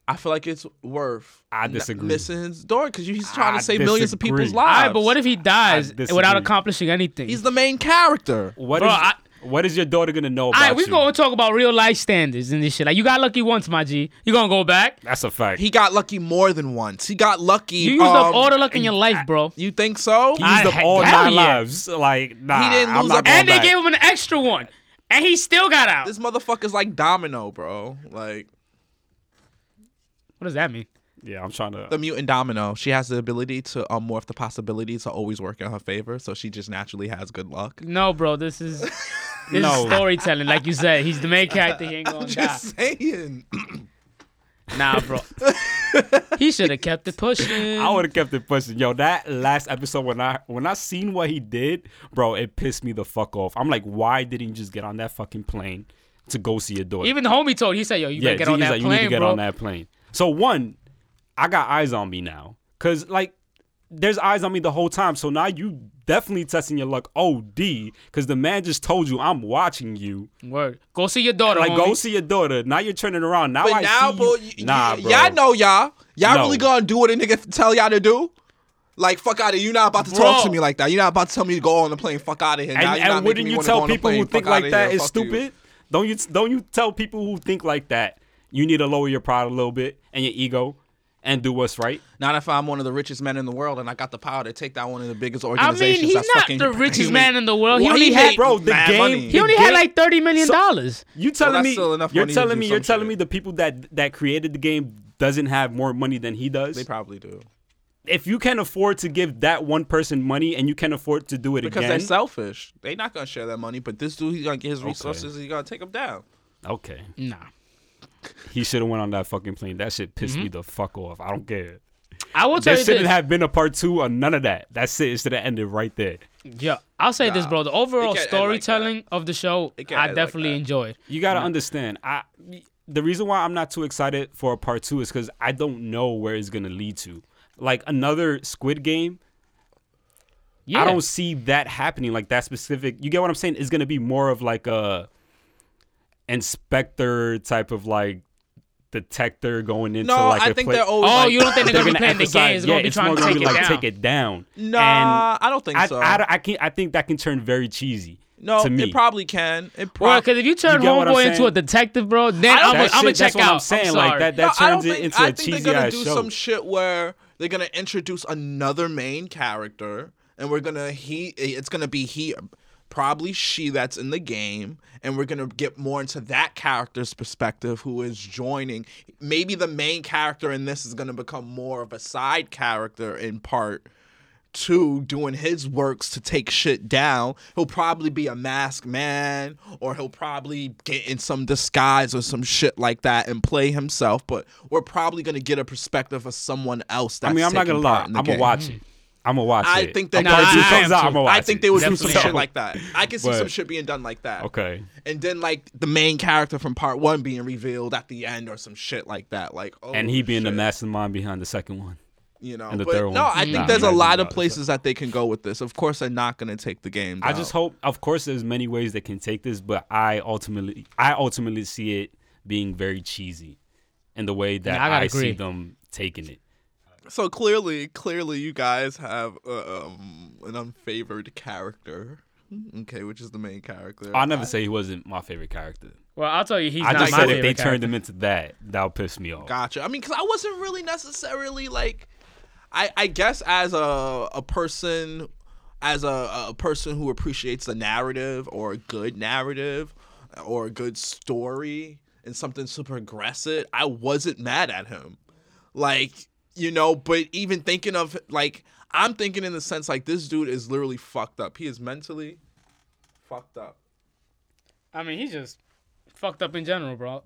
Speaker 2: I feel like it's worth
Speaker 6: I
Speaker 2: n-
Speaker 6: disagree.
Speaker 2: missing his door because he's trying
Speaker 6: I
Speaker 2: to save millions of people's
Speaker 6: disagree.
Speaker 2: lives.
Speaker 3: All right, but what if he dies
Speaker 6: disagree.
Speaker 3: without accomplishing anything?
Speaker 2: he's the main character?
Speaker 6: What
Speaker 3: Bro,
Speaker 6: is-
Speaker 3: I-
Speaker 6: what is your daughter gonna know about
Speaker 3: all right, we
Speaker 6: you?
Speaker 3: gonna talk about real life standards and this shit. Like, you got lucky once, my G. You gonna go back?
Speaker 6: That's a fact.
Speaker 2: He got lucky more than once. He got lucky.
Speaker 3: You used
Speaker 2: um,
Speaker 3: up all the luck in your life, bro.
Speaker 2: You think so?
Speaker 6: He
Speaker 3: I-
Speaker 6: used up all
Speaker 3: hell
Speaker 6: nine
Speaker 3: yeah.
Speaker 6: lives. Like, nah,
Speaker 2: didn't
Speaker 6: I'm
Speaker 2: lose
Speaker 6: not
Speaker 2: a-
Speaker 6: going
Speaker 3: And they
Speaker 6: back.
Speaker 3: gave him an extra one, and he still got out.
Speaker 2: this motherfucker's like Domino, bro. Like
Speaker 3: What does that mean?
Speaker 6: yeah, I'm trying to.
Speaker 2: the mutant Domino. She has the ability to um, morph the possibilities to always work in her favor, so she just naturally has good luck.
Speaker 3: No, bro, this is this
Speaker 6: No.
Speaker 3: is storytelling. Like you said, he's the main character. He ain't gonna die.
Speaker 2: Just saying.
Speaker 3: Nah, bro. he should have kept it pushing.
Speaker 6: I would have kept it pushing. Yo, that last episode when I when I seen what he did, bro, it pissed me the fuck off. I'm like, why didn't you just get on that fucking plane to go see your daughter?
Speaker 3: Even the homie told. He said, "Yo, you better get on
Speaker 6: he's
Speaker 3: that
Speaker 6: like,
Speaker 3: plane,
Speaker 6: you need to get
Speaker 3: bro."
Speaker 6: on that plane. So one, I got eyes on me now, cause like there's eyes on me the whole time. So now you definitely testing your luck, OD, cause the man just told you I'm watching you.
Speaker 3: Word. Go see your daughter.
Speaker 6: Like,
Speaker 3: homie.
Speaker 6: go see your daughter. Now you're turning around. Now I
Speaker 2: But now,
Speaker 6: see
Speaker 2: bro,
Speaker 6: you.
Speaker 2: y-
Speaker 6: Nah,
Speaker 2: y-
Speaker 6: bro.
Speaker 2: y'all know y'all. Y'all
Speaker 6: No.
Speaker 2: really gonna do what a nigga tell y'all to do? Like fuck out of you. You're not about to
Speaker 6: Bro.
Speaker 2: talk to me like that. You're not about to tell me to go on the plane. Fuck out of here. Now
Speaker 6: And,
Speaker 2: you're
Speaker 6: and
Speaker 2: not making
Speaker 6: wouldn't
Speaker 2: me
Speaker 6: you
Speaker 2: wanna go
Speaker 6: tell
Speaker 2: on the
Speaker 6: people
Speaker 2: plane.
Speaker 6: who think
Speaker 2: Fuck
Speaker 6: like
Speaker 2: outta
Speaker 6: that
Speaker 2: here.
Speaker 6: is
Speaker 2: Fuck you.
Speaker 6: stupid? Don't you don't you tell people who think like that you need to lower your pride a little bit and your ego and do what's right?
Speaker 2: Not if I'm one of the richest men in the world and I got the power to take down one of the biggest
Speaker 3: I
Speaker 2: organizations.
Speaker 3: mean, he's
Speaker 2: that's
Speaker 3: not
Speaker 2: fucking
Speaker 3: the richest man in the world. He
Speaker 6: Why
Speaker 3: only
Speaker 6: you
Speaker 3: had
Speaker 6: hate- bro, the
Speaker 2: mad
Speaker 6: game-
Speaker 2: money.
Speaker 3: he only had
Speaker 6: Get-
Speaker 3: like thirty million dollars.
Speaker 6: You telling
Speaker 2: that's
Speaker 6: me
Speaker 2: still enough
Speaker 6: you're
Speaker 2: money to
Speaker 6: telling
Speaker 2: do
Speaker 6: me you're
Speaker 2: some
Speaker 6: telling
Speaker 2: shit.
Speaker 6: me the people that that created the game doesn't have more money than he does.
Speaker 2: They probably do
Speaker 6: if you can afford to give that one person money and you can afford to do it
Speaker 2: because
Speaker 6: again,
Speaker 2: they're selfish. They're not gonna share that money, but this dude, he's gonna get his resources. He's gonna take them down.
Speaker 6: okay,
Speaker 3: Nah,
Speaker 6: he should have went on that fucking plane. That shit
Speaker 2: Mm-hmm.
Speaker 6: pissed me the fuck off. I don't care.
Speaker 3: I will tell
Speaker 6: There
Speaker 3: you this.
Speaker 6: shouldn't have been a part two or none of that. That's it. It should have ended right there.
Speaker 3: yeah, I'll say this, bro. The overall
Speaker 2: can't end like that.
Speaker 3: storytelling of the show,
Speaker 2: It can't
Speaker 3: I
Speaker 2: end like
Speaker 3: definitely
Speaker 2: that.
Speaker 3: enjoyed.
Speaker 6: You gotta understand. I the reason why I'm not too excited for a part two is because I don't know where it's gonna lead to. Like another Squid Game,
Speaker 3: Yeah,
Speaker 6: I don't see that happening. Like that specific. You get what I'm saying? It's gonna be more of like a inspector type of like detector going into
Speaker 2: No,
Speaker 6: like
Speaker 2: I
Speaker 6: a
Speaker 2: think
Speaker 6: place.
Speaker 2: they're always.
Speaker 3: Oh,
Speaker 2: like
Speaker 3: you don't
Speaker 2: that.
Speaker 3: think they're gonna be playing the
Speaker 6: emphasize-
Speaker 3: game? It's gonna be
Speaker 6: it's
Speaker 3: trying
Speaker 6: more
Speaker 3: to
Speaker 6: gonna
Speaker 3: take
Speaker 6: be
Speaker 3: it
Speaker 6: like
Speaker 3: down.
Speaker 6: take it down.
Speaker 2: Nah, I don't think
Speaker 6: I,
Speaker 2: so.
Speaker 6: I, I can I think that can turn very cheesy.
Speaker 2: No,
Speaker 6: to me.
Speaker 2: it probably can. It
Speaker 3: Well,
Speaker 2: probably.
Speaker 3: because if you turn
Speaker 6: get what I'm
Speaker 3: homeboy into a
Speaker 6: saying?
Speaker 3: detective, bro, then
Speaker 2: don't
Speaker 3: I'm
Speaker 6: That
Speaker 3: gonna
Speaker 6: shit-
Speaker 3: check
Speaker 6: that's what
Speaker 3: out.
Speaker 6: I'm saying.
Speaker 3: sorry.
Speaker 6: like that, that
Speaker 2: I don't
Speaker 6: turns it
Speaker 2: think-
Speaker 6: into
Speaker 2: I
Speaker 6: a
Speaker 2: think
Speaker 6: cheesy
Speaker 2: they're gonna
Speaker 6: ass
Speaker 2: do
Speaker 6: show.
Speaker 2: some shit where they're gonna introduce another main character, and we're gonna he. It's gonna be he, probably she that's in the game, and we're gonna get more into that character's perspective who is joining. Maybe the main character in this is gonna become more of a side character in part. Two doing his works to take shit down. He'll probably be a masked man, or he'll probably get in some disguise or some shit like that and play himself. But we're probably gonna get a perspective of someone else. That's
Speaker 6: I mean, I'm not
Speaker 2: taking
Speaker 6: gonna lie.
Speaker 2: part in
Speaker 6: I'm
Speaker 2: the
Speaker 6: gonna
Speaker 2: game.
Speaker 6: watch it. I'm gonna watch
Speaker 2: I
Speaker 6: it.
Speaker 2: think
Speaker 6: A
Speaker 2: they're
Speaker 3: Nah,
Speaker 6: part
Speaker 2: gonna
Speaker 6: two
Speaker 2: do
Speaker 3: I am
Speaker 6: comes out,
Speaker 3: too.
Speaker 6: I'ma watch
Speaker 2: I think
Speaker 6: it.
Speaker 2: they would do some
Speaker 3: Definitely.
Speaker 2: shit like that. I can see some
Speaker 6: But-
Speaker 2: shit being done like that.
Speaker 6: Okay.
Speaker 2: And then like the main character from part one being revealed at the end or some shit like that. Like oh,
Speaker 6: And he being the
Speaker 2: shit
Speaker 6: mastermind behind the second one.
Speaker 2: you know.
Speaker 6: And the
Speaker 2: but
Speaker 6: third one.
Speaker 2: no, I
Speaker 6: Mm.
Speaker 2: think
Speaker 6: Nah,
Speaker 2: there's
Speaker 6: I'm
Speaker 2: a
Speaker 6: not
Speaker 2: lot
Speaker 6: gonna
Speaker 2: of
Speaker 6: do that.
Speaker 2: places that they can go with this. Of course, they're not going to take the game.
Speaker 6: I
Speaker 2: down.
Speaker 6: just hope, of course, there's many ways they can take this, but I ultimately, I ultimately see it being very cheesy, in the way that
Speaker 3: Yeah, I
Speaker 6: I,
Speaker 3: gotta agree.
Speaker 6: see them taking it.
Speaker 2: so clearly, clearly, you guys have uh, um, an unfavored character. Okay, which is the main character.
Speaker 6: I'll never say he wasn't my favorite character.
Speaker 3: Well, I'll tell you, he's
Speaker 6: I
Speaker 3: not
Speaker 6: just
Speaker 3: my
Speaker 6: said if
Speaker 3: favorite
Speaker 6: they
Speaker 3: character.
Speaker 6: turned him into that, that'll piss me off.
Speaker 2: Gotcha. I mean, because I wasn't really necessarily like, I I guess as a a person, as a, a person who appreciates the narrative or a good narrative, or a good story and something to progress it, I wasn't mad at him, like you know. But even thinking of like, I'm thinking in the sense like this dude is literally fucked up. He is mentally fucked up.
Speaker 3: I mean, he's just fucked up in general, bro.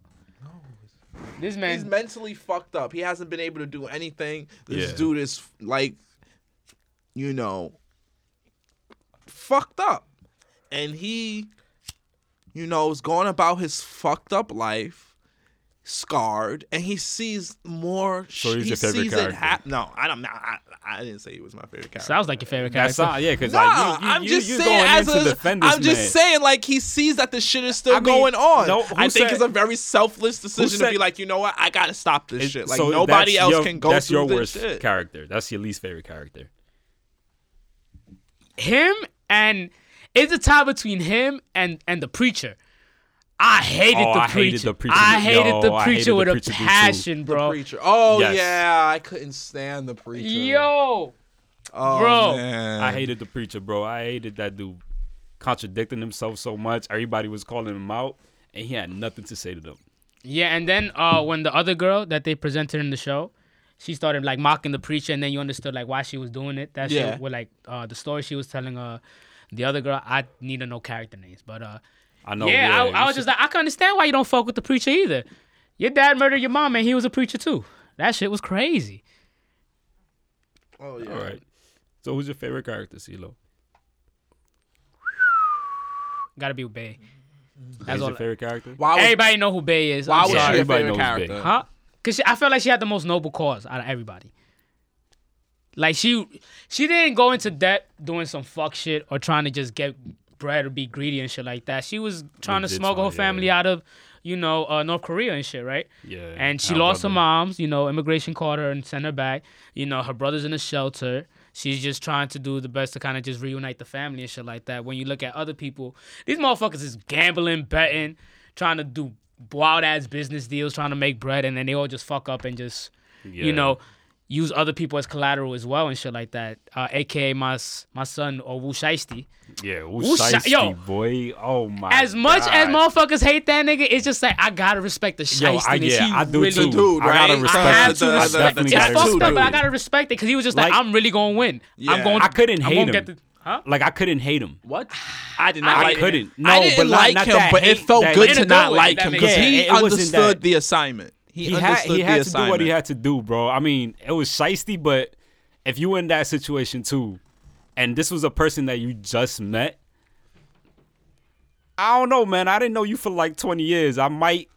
Speaker 3: This
Speaker 2: He's
Speaker 3: man,
Speaker 2: mentally fucked up. He hasn't been able to do anything. This
Speaker 6: Yeah.
Speaker 2: dude is like, you know, fucked up, and he, you know, is going about his fucked up life, scarred, and he sees more.
Speaker 6: So he's
Speaker 2: he
Speaker 6: your favorite
Speaker 2: sees it
Speaker 6: character.
Speaker 2: hap- No, I don't. I, I didn't say he was my favorite character.
Speaker 3: sounds like your favorite
Speaker 6: That's
Speaker 3: character.
Speaker 6: not, yeah, because
Speaker 2: Nah,
Speaker 6: like, you, you,
Speaker 2: I'm
Speaker 6: you,
Speaker 2: just
Speaker 6: you're
Speaker 2: saying.
Speaker 6: going
Speaker 2: As
Speaker 6: in to
Speaker 2: a,
Speaker 6: defend this
Speaker 2: I'm just
Speaker 6: man.
Speaker 2: saying, like he sees that the shit is still
Speaker 6: I mean,
Speaker 2: going on.
Speaker 6: no,
Speaker 2: I
Speaker 6: who
Speaker 2: think
Speaker 6: said-
Speaker 2: it's a very selfless decision to
Speaker 6: said-
Speaker 2: be like, you know what, I gotta stop this
Speaker 6: It-
Speaker 2: shit. Like
Speaker 6: so
Speaker 2: nobody
Speaker 6: that's
Speaker 2: else
Speaker 6: your-
Speaker 2: can go
Speaker 6: That's
Speaker 2: through
Speaker 6: your
Speaker 2: this
Speaker 6: worst
Speaker 2: shit.
Speaker 6: character. That's your least favorite character.
Speaker 3: him and it's a tie between him and and the preacher. I hated,
Speaker 6: Oh,
Speaker 3: the,
Speaker 6: I
Speaker 3: preacher.
Speaker 6: hated the preacher.
Speaker 3: I hated
Speaker 6: Yo,
Speaker 3: the
Speaker 6: I
Speaker 3: preacher
Speaker 6: hated the
Speaker 3: with
Speaker 6: preacher
Speaker 3: a
Speaker 6: too.
Speaker 3: passion,
Speaker 2: The
Speaker 3: bro.
Speaker 2: preacher. Oh
Speaker 6: Yes.
Speaker 2: yeah, I couldn't stand the preacher.
Speaker 3: Yo,
Speaker 2: oh,
Speaker 3: bro.
Speaker 2: man.
Speaker 6: I hated the preacher, bro. I hated that dude contradicting himself so much. Everybody was calling him out, and he had nothing to say to them.
Speaker 3: yeah. And then uh, when the other girl that they presented in the show, she started like mocking the preacher, and then you understood like why she was doing it. That
Speaker 2: Yeah.
Speaker 3: shit with like uh, the story she was telling uh the other girl. I need to know character names, but uh,
Speaker 6: I know.
Speaker 3: yeah,
Speaker 6: Oh, yeah
Speaker 3: I, I was just like, I can understand why you don't fuck with the preacher either. Your dad murdered your mom, and he was a preacher too. That shit was crazy.
Speaker 2: Oh yeah.
Speaker 6: all right. So, who's your favorite character, CeeLo?
Speaker 3: Gotta be with Bay.
Speaker 6: Who's
Speaker 3: That's all.
Speaker 6: your favorite character?
Speaker 2: Why was,
Speaker 3: Everybody know who Bay is.
Speaker 2: why
Speaker 3: I'm
Speaker 2: was she
Speaker 6: Yeah,
Speaker 3: sorry.
Speaker 2: your
Speaker 6: everybody
Speaker 2: favorite
Speaker 6: knows Big.
Speaker 2: character?
Speaker 3: Huh? Cause she, I felt like she had the most noble cause out of everybody. Like she, she didn't go into debt doing some fuck shit or trying to just get bread or be greedy and shit like that. She was trying to
Speaker 6: Legit
Speaker 3: smuggle her
Speaker 6: time, yeah,
Speaker 3: family
Speaker 6: yeah.
Speaker 3: out of, you know, uh, North Korea and shit, right?
Speaker 6: Yeah,
Speaker 3: And she
Speaker 6: our
Speaker 3: lost her
Speaker 6: brother.
Speaker 3: mom's. You know, immigration caught her and sent her back. You know, her brother's in a shelter. She's just trying to do the best to kind of just reunite the family and shit like that. When you look at other people, these motherfuckers is gambling, betting, trying to do wild ass business deals, trying to make bread, and then they all just fuck up and just,
Speaker 6: Yeah.
Speaker 3: you know, use other people as collateral as well and shit like that. Uh, AKA my s- my son Owu Shiesty.
Speaker 6: Yeah,
Speaker 3: Woo
Speaker 6: ooh,
Speaker 3: shi- yo.
Speaker 6: yo, boy. Oh my.
Speaker 3: As much as
Speaker 6: God.
Speaker 3: motherfuckers hate that nigga, it's just like I gotta respect the shiestiness.
Speaker 6: Yo, I, yeah,
Speaker 3: He
Speaker 6: I do
Speaker 3: really
Speaker 6: too.
Speaker 2: dude,
Speaker 6: I gotta
Speaker 2: right?
Speaker 6: respect
Speaker 2: I have
Speaker 6: it.
Speaker 2: to
Speaker 6: I
Speaker 2: respect
Speaker 6: definitely
Speaker 2: it.
Speaker 3: It's
Speaker 2: Fuck
Speaker 6: gotta
Speaker 3: fucked
Speaker 6: respect
Speaker 3: up,
Speaker 6: it.
Speaker 2: dude.
Speaker 3: but I gotta respect it because he was just like,
Speaker 6: Like-
Speaker 3: "I'm really gonna win. I'm
Speaker 2: Yeah.
Speaker 3: going.
Speaker 6: I couldn't
Speaker 3: I'm
Speaker 6: hate
Speaker 3: gonna
Speaker 6: him.
Speaker 3: Get the, huh?
Speaker 6: Like I couldn't hate him.
Speaker 2: What? I did
Speaker 6: I
Speaker 2: not. like him.
Speaker 6: couldn't. No,
Speaker 2: I didn't
Speaker 6: but not-
Speaker 2: like
Speaker 6: not
Speaker 2: him,
Speaker 6: that
Speaker 2: but it
Speaker 6: hate-
Speaker 2: felt
Speaker 6: that-
Speaker 2: good
Speaker 3: In a
Speaker 2: to
Speaker 3: good
Speaker 2: not
Speaker 3: way,
Speaker 2: like
Speaker 3: that
Speaker 2: him
Speaker 3: makes
Speaker 2: because
Speaker 6: sense.
Speaker 2: he
Speaker 6: Yeah, it wasn't
Speaker 2: understood
Speaker 6: that-
Speaker 2: the assignment. He,
Speaker 6: He had
Speaker 2: understood
Speaker 6: he
Speaker 2: the
Speaker 6: had to do
Speaker 2: assignment.
Speaker 6: what he had to do, bro. I mean, it was shisty, but if you were in that situation too, and this was a person that you just met, I don't know, man. I didn't know you for like twenty years. I might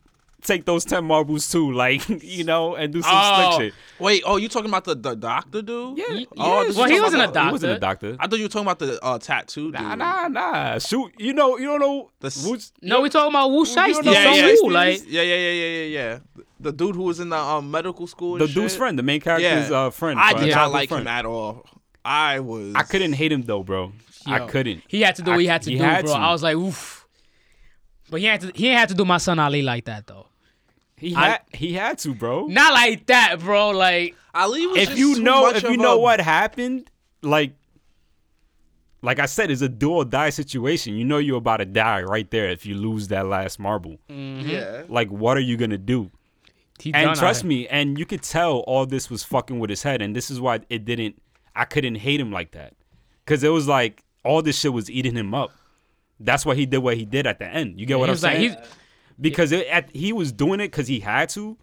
Speaker 6: take those ten marbles too, like you know, and do some
Speaker 3: Oh.
Speaker 6: slick shit.
Speaker 2: Wait, oh, you talking about the, the doctor dude?
Speaker 6: Yeah,
Speaker 3: Ye-
Speaker 6: oh,
Speaker 3: yeah,
Speaker 6: this
Speaker 3: well,
Speaker 6: was
Speaker 3: he
Speaker 6: talking
Speaker 3: wasn't a
Speaker 6: about- He wasn't a
Speaker 3: doctor.
Speaker 6: doctor.
Speaker 2: I thought you were talking about the uh, tattoo dude.
Speaker 6: Nah, nah, nah. Shoot, you know, you don't know.
Speaker 2: This-
Speaker 6: Woods-
Speaker 3: No, we talking about Wu Shiesty.
Speaker 6: know
Speaker 2: Yeah,
Speaker 3: so
Speaker 2: yeah,
Speaker 3: who?
Speaker 2: yeah,
Speaker 3: Like,
Speaker 2: yeah, yeah, yeah, yeah, yeah, yeah. The dude who was in the um, medical school. and
Speaker 6: the dude's
Speaker 2: shit.
Speaker 6: friend, the main character's
Speaker 2: Yeah.
Speaker 6: uh, friend.
Speaker 2: I
Speaker 6: bro,
Speaker 2: did not
Speaker 6: childhood
Speaker 2: like
Speaker 6: friend.
Speaker 2: him at all. I was.
Speaker 6: I couldn't hate him though, bro. I
Speaker 3: Yo,
Speaker 6: couldn't.
Speaker 3: He had to do what he had to
Speaker 6: I- he
Speaker 3: do,
Speaker 6: had
Speaker 3: bro.
Speaker 6: to.
Speaker 3: I was like, oof. But he had to. He ain't had to do my son Ali like that though.
Speaker 6: He
Speaker 3: I-
Speaker 6: had, he had to, bro.
Speaker 3: Not like that, bro. Like,
Speaker 2: Ali was
Speaker 6: if
Speaker 2: just
Speaker 6: you
Speaker 2: too
Speaker 6: know
Speaker 2: much
Speaker 6: if
Speaker 2: of
Speaker 6: you know
Speaker 2: a-
Speaker 6: what happened, like like I said, it's a do or die situation. You know you're about to die right there if you lose that last marble.
Speaker 2: Yeah.
Speaker 6: Like what are you gonna do?
Speaker 3: he
Speaker 6: And
Speaker 3: done
Speaker 6: trust
Speaker 3: already.
Speaker 6: me, and you could tell all this was fucking with his head, and this is why it didn't I couldn't hate him like that. Cause it was like all this shit was eating him up. That's why he did what he did at the end. You get what
Speaker 3: he
Speaker 6: I'm
Speaker 3: was like,
Speaker 6: saying?
Speaker 3: he's,
Speaker 6: because it, at, he was doing it because he had to,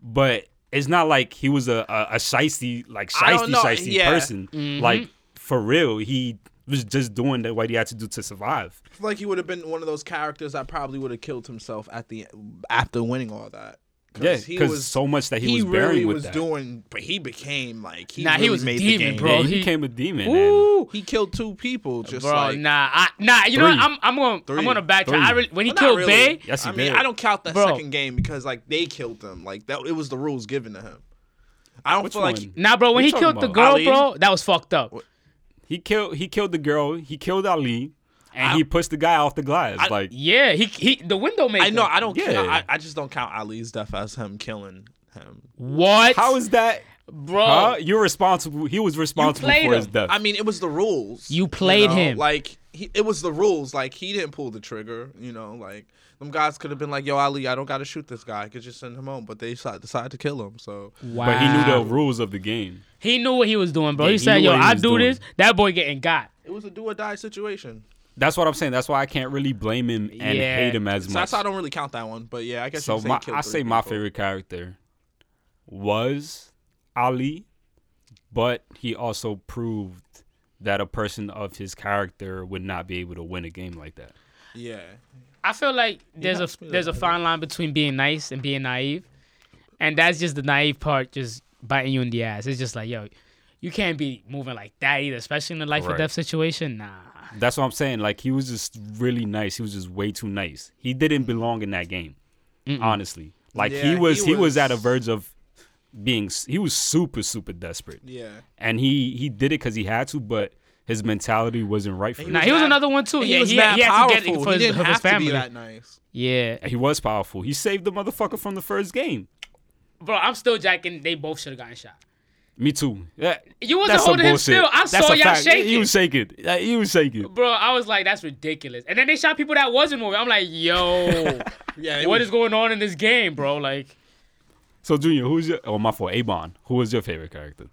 Speaker 6: but it's not like he was a a, a shisty like
Speaker 2: I
Speaker 6: shisty
Speaker 2: don't know,
Speaker 6: shisty
Speaker 2: yeah. Mm-hmm.
Speaker 6: person. Like for real, he was just doing that what he had to do to survive.
Speaker 2: feel like he would have been one of those characters that probably would have killed himself at the after winning all that.
Speaker 6: Yeah, because so much that he, was
Speaker 2: really
Speaker 6: bearing with
Speaker 2: was
Speaker 6: that.
Speaker 2: doing, but he became like he
Speaker 3: Nah, he
Speaker 2: really
Speaker 3: was a
Speaker 2: made
Speaker 3: demon,
Speaker 2: the game.
Speaker 3: bro.
Speaker 6: yeah, he,
Speaker 3: He-
Speaker 6: became a demon. and
Speaker 2: Ooh, he killed two people. Just
Speaker 3: bro.
Speaker 2: like,
Speaker 3: nah, I, nah. You know what?
Speaker 6: Three.
Speaker 3: I'm, I'm gonna, i I'm
Speaker 2: Three.
Speaker 3: gonna backtrack. I really, when he
Speaker 2: Well, not
Speaker 3: killed
Speaker 2: really.
Speaker 3: Bay,
Speaker 6: Yes, he
Speaker 2: I mean,
Speaker 6: did.
Speaker 2: I don't count that
Speaker 3: Bro.
Speaker 2: second game because like they killed him. Like that, it was the rules given to him. I don't
Speaker 6: Which
Speaker 2: feel like
Speaker 6: one?
Speaker 3: nah, bro. When
Speaker 6: You
Speaker 3: he
Speaker 6: talking
Speaker 3: killed the
Speaker 6: about
Speaker 3: girl,
Speaker 2: Ali?
Speaker 3: bro, that was fucked up.
Speaker 6: He killed he killed the girl. He killed Ali, and he pushed the guy off the glass. like
Speaker 3: Yeah, he, he, the window maker.
Speaker 2: I know I don't.
Speaker 6: Yeah.
Speaker 2: Count, I, I just don't count Ali's death as him killing him.
Speaker 3: What,
Speaker 6: how is that?
Speaker 2: Oh.
Speaker 3: bro?
Speaker 6: Huh? You're responsible. He was responsible
Speaker 3: played
Speaker 6: for his
Speaker 3: him.
Speaker 6: death.
Speaker 2: I mean, it was the rules.
Speaker 3: You played
Speaker 2: know?
Speaker 3: him.
Speaker 2: Like he, it was the rules. Like he didn't pull the trigger. You know, like them guys could have been like, "Yo, Ali, I don't got to shoot this guy. I could just send him home." But they decided, decided to kill him. So
Speaker 3: Wow.
Speaker 6: but he knew the rules of the game.
Speaker 3: He knew what he was doing, bro.
Speaker 6: Yeah,
Speaker 3: he,
Speaker 6: he
Speaker 3: said,
Speaker 6: knew
Speaker 3: "Yo,
Speaker 6: what he
Speaker 3: I
Speaker 6: was
Speaker 3: do
Speaker 6: doing.
Speaker 3: this. That boy getting got."
Speaker 2: it was a do or die situation.
Speaker 6: That's what I'm saying. That's why I can't really blame him and
Speaker 3: Yeah.
Speaker 6: hate him as
Speaker 2: So
Speaker 6: much.
Speaker 2: that's why I don't really count that one. But yeah, I guess
Speaker 6: So
Speaker 2: you could say
Speaker 6: my,
Speaker 2: he killed
Speaker 6: I
Speaker 2: three
Speaker 6: say my
Speaker 2: people.
Speaker 6: favorite character was Ali, but he also proved that a person of his character would not be able to win a game like that.
Speaker 2: Yeah,
Speaker 3: I feel like there's a there's a fine line between being nice and being naive, and that's just the naive part, just biting you in the ass. It's just like, yo, you can't be moving like that either, especially in a life or
Speaker 6: Right.
Speaker 3: death situation. Nah,
Speaker 6: That's what I'm saying. Like he was just really nice. He was just way too nice. He didn't belong in that game. Honestly, like
Speaker 2: Yeah,
Speaker 6: he
Speaker 2: he
Speaker 6: was he was,
Speaker 2: was-
Speaker 6: at a verge of being s- he was super super desperate.
Speaker 2: yeah.
Speaker 6: And he he did it cuz he had to, but his mentality wasn't right for
Speaker 2: he
Speaker 6: him.
Speaker 3: nah, he was
Speaker 2: mad-
Speaker 3: another one too.
Speaker 2: Oh, He
Speaker 3: yeah,
Speaker 2: was
Speaker 3: he,
Speaker 2: mad
Speaker 3: he had to get it
Speaker 2: powerful.
Speaker 3: for
Speaker 2: he
Speaker 3: his,
Speaker 2: didn't
Speaker 3: for his
Speaker 2: have
Speaker 3: family.
Speaker 2: to be that nice.
Speaker 3: Yeah,
Speaker 6: He was powerful. He saved the motherfucker from the first game.
Speaker 3: bro, I'm still jacking. They both should have gotten shot.
Speaker 6: Me too. Yeah,
Speaker 3: You wasn't
Speaker 6: that's some
Speaker 3: holding him
Speaker 6: bullshit.
Speaker 3: still. I
Speaker 6: That's
Speaker 3: saw
Speaker 6: a
Speaker 3: y'all
Speaker 6: fact.
Speaker 3: shaking.
Speaker 6: He was shaking. Uh, He was shaking.
Speaker 3: Bro, I was like, that's ridiculous. And then they shot people that wasn't moving. I'm like, yo,
Speaker 2: Yeah, it
Speaker 3: what
Speaker 2: was-
Speaker 3: is going on in this game, bro? Like,
Speaker 6: So Junior, who's your? Oh, my fault. Abon. Who was your favorite character?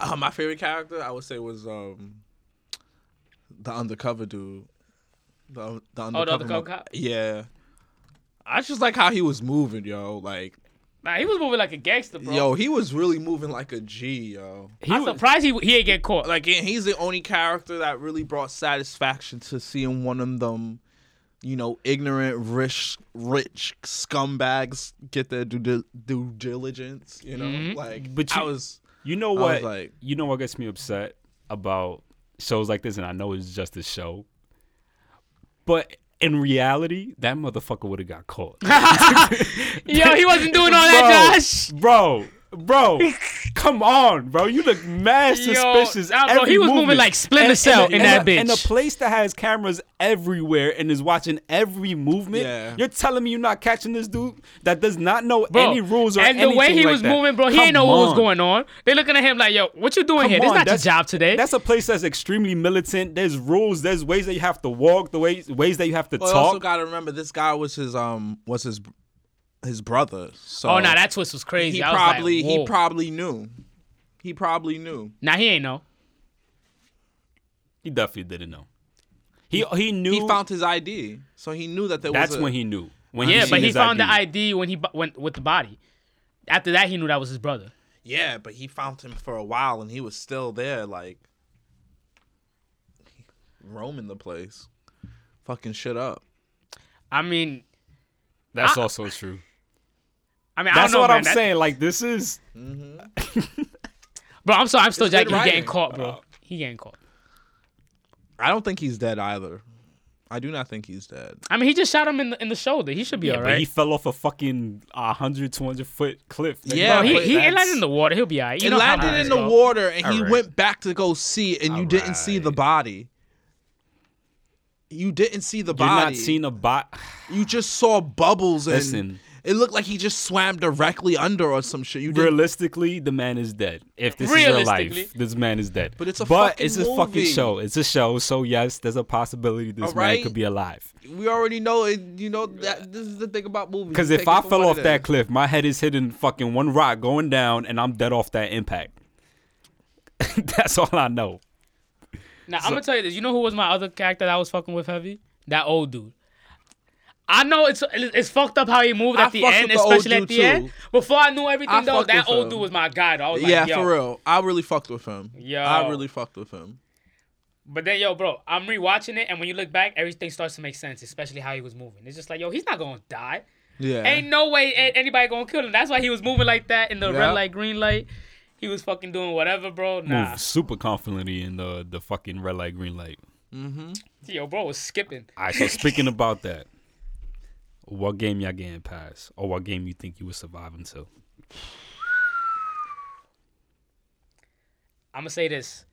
Speaker 2: Uh, my favorite character, I would say, was um the undercover dude. The, the undercover
Speaker 3: Oh, undercover
Speaker 2: mo-
Speaker 3: cop?
Speaker 2: Yeah. I just like how he was moving, yo. Like,
Speaker 3: nah, he was moving like a gangster, bro.
Speaker 2: yo, he was really moving like a G, yo.
Speaker 3: I'm surprised he he ain't get caught.
Speaker 2: Like, and he's the only character that really brought satisfaction to seeing one of them, you know, ignorant, rich, rich scumbags get their due, dil- due diligence. You know,
Speaker 3: Mm-hmm.
Speaker 2: like,
Speaker 6: But
Speaker 2: but I
Speaker 6: you-
Speaker 2: was,
Speaker 6: You know
Speaker 2: was
Speaker 6: what?
Speaker 2: like-
Speaker 6: you know what gets me upset about shows like this, and I know it's just a show, but in reality, that motherfucker would have got caught.
Speaker 3: Yo, he wasn't doing all that, Josh.
Speaker 6: Bro, Bro, come on, bro. You look mad
Speaker 3: Yo,
Speaker 6: suspicious.
Speaker 3: I don't know.
Speaker 6: every
Speaker 3: He was moving
Speaker 6: movement.
Speaker 3: like Splinter Cell in that
Speaker 6: a, And a
Speaker 3: bitch.
Speaker 6: place that has cameras everywhere and is watching every movement.
Speaker 2: Yeah.
Speaker 6: You're telling me you're not catching this dude that does not know
Speaker 3: Bro,
Speaker 6: any rules or
Speaker 3: and
Speaker 6: anything
Speaker 3: the way he
Speaker 6: like
Speaker 3: was
Speaker 6: that?
Speaker 3: moving, bro, he
Speaker 6: Come
Speaker 3: didn't know what was
Speaker 6: on.
Speaker 3: going on. They looking at him like, "Yo, what you doing here?
Speaker 6: Come
Speaker 3: This
Speaker 6: on,
Speaker 3: not your
Speaker 6: that's-
Speaker 3: job today."
Speaker 6: That's a place that's extremely militant. There's rules. There's ways that you have to walk. The ways ways that you have to
Speaker 2: But also
Speaker 6: talk.
Speaker 2: gotta remember this guy was his um was his his brother. So
Speaker 3: oh, nah, that twist was crazy.
Speaker 2: he
Speaker 3: I was like,
Speaker 2: probably
Speaker 3: "Whoa."
Speaker 2: he probably knew. He probably knew.
Speaker 3: Nah, he ain't know.
Speaker 6: He definitely didn't know. He he knew.
Speaker 2: He found his ID, so he knew that there
Speaker 6: that's
Speaker 2: was. a-
Speaker 6: when he knew. When
Speaker 3: Yeah,
Speaker 6: seen
Speaker 3: but he
Speaker 6: his
Speaker 3: found
Speaker 6: ID.
Speaker 3: the ID when he bu- went with the body. After that, he knew that was his brother.
Speaker 2: Yeah, but he found him for a while, and he was still there, like roaming the place, fucking shit up.
Speaker 3: I mean,
Speaker 6: That's also true.
Speaker 3: I mean, I
Speaker 6: That's
Speaker 3: don't know,
Speaker 6: what
Speaker 3: man.
Speaker 6: I'm
Speaker 3: That-
Speaker 6: saying. Like this is
Speaker 3: bro. I'm sorry, I'm still
Speaker 2: It's Uh, good
Speaker 3: jacking. He getting
Speaker 2: writing.
Speaker 3: caught, bro. He getting caught.
Speaker 2: I don't think he's dead either. I do not think he's dead.
Speaker 3: I mean, he just shot him in the, in the shoulder. He should be all
Speaker 6: But he
Speaker 3: right.
Speaker 6: fell off a fucking 100, 200 foot cliff. nigga.
Speaker 2: Yeah,
Speaker 3: Bro, he,
Speaker 2: but
Speaker 3: he it
Speaker 2: that's-
Speaker 3: landed in the water. He'll be all right. You
Speaker 2: He
Speaker 3: know how
Speaker 2: landed
Speaker 3: this
Speaker 2: in the
Speaker 3: go.
Speaker 2: water, and he
Speaker 6: Alright.
Speaker 2: went back to go see, and you didn't see the body. You didn't see the
Speaker 6: You're
Speaker 2: body.
Speaker 6: not seeing a bot.
Speaker 2: you just saw bubbles, and
Speaker 6: Listen.
Speaker 2: it looked like he just swam directly under or some shit. You didn't.
Speaker 6: Realistically, the man is dead. If this is real life,
Speaker 3: Realistically.
Speaker 6: this man is dead.
Speaker 2: But it's a
Speaker 6: but
Speaker 2: fucking
Speaker 6: it's a fucking
Speaker 2: movie.
Speaker 6: show. It's a show. So yes, there's a possibility this man
Speaker 2: Alright.
Speaker 6: could be alive.
Speaker 2: We already know. It, you know that this is the thing about movies.
Speaker 6: Because
Speaker 2: You
Speaker 6: if
Speaker 2: take it
Speaker 6: I
Speaker 2: for
Speaker 6: fell
Speaker 2: what
Speaker 6: off
Speaker 2: it
Speaker 6: that
Speaker 2: is.
Speaker 6: cliff, my head is hitting fucking one rock going down, and I'm dead off that impact. That's all I know.
Speaker 3: Now I'm gonna tell you this. You know who was my other character that I was fucking with heavy? That old dude. I know it's it's fucked up how he moved
Speaker 2: I
Speaker 3: at the
Speaker 2: fucked
Speaker 3: end,
Speaker 2: with the old
Speaker 3: especially at
Speaker 2: dude,
Speaker 3: the
Speaker 2: too.
Speaker 3: end. Before I knew everything
Speaker 2: I
Speaker 3: though,
Speaker 2: fucked
Speaker 3: that
Speaker 2: with
Speaker 3: old
Speaker 2: him.
Speaker 3: dude was my guy. Though. I was like,
Speaker 2: yeah,
Speaker 3: yo.
Speaker 2: for real. I really fucked with him. Yeah, I
Speaker 3: Yo.
Speaker 2: really fucked with him.
Speaker 3: But then, yo, bro, I'm rewatching it, and when you look back, everything starts to make sense, especially how he was moving. It's just like, yo, he's not gonna die.
Speaker 2: Yeah.
Speaker 3: Ain't no way a- anybody gonna kill him. That's why he was moving like that in the
Speaker 2: Yeah.
Speaker 3: red light, green light. He was fucking doing whatever, bro. Nah,
Speaker 6: Move super confidently in the the fucking red light, green light.
Speaker 3: yo, bro was skipping.
Speaker 6: All right, so speaking about that, what game y'all getting past, or what game you think you would survive until?
Speaker 3: I'm gonna say this: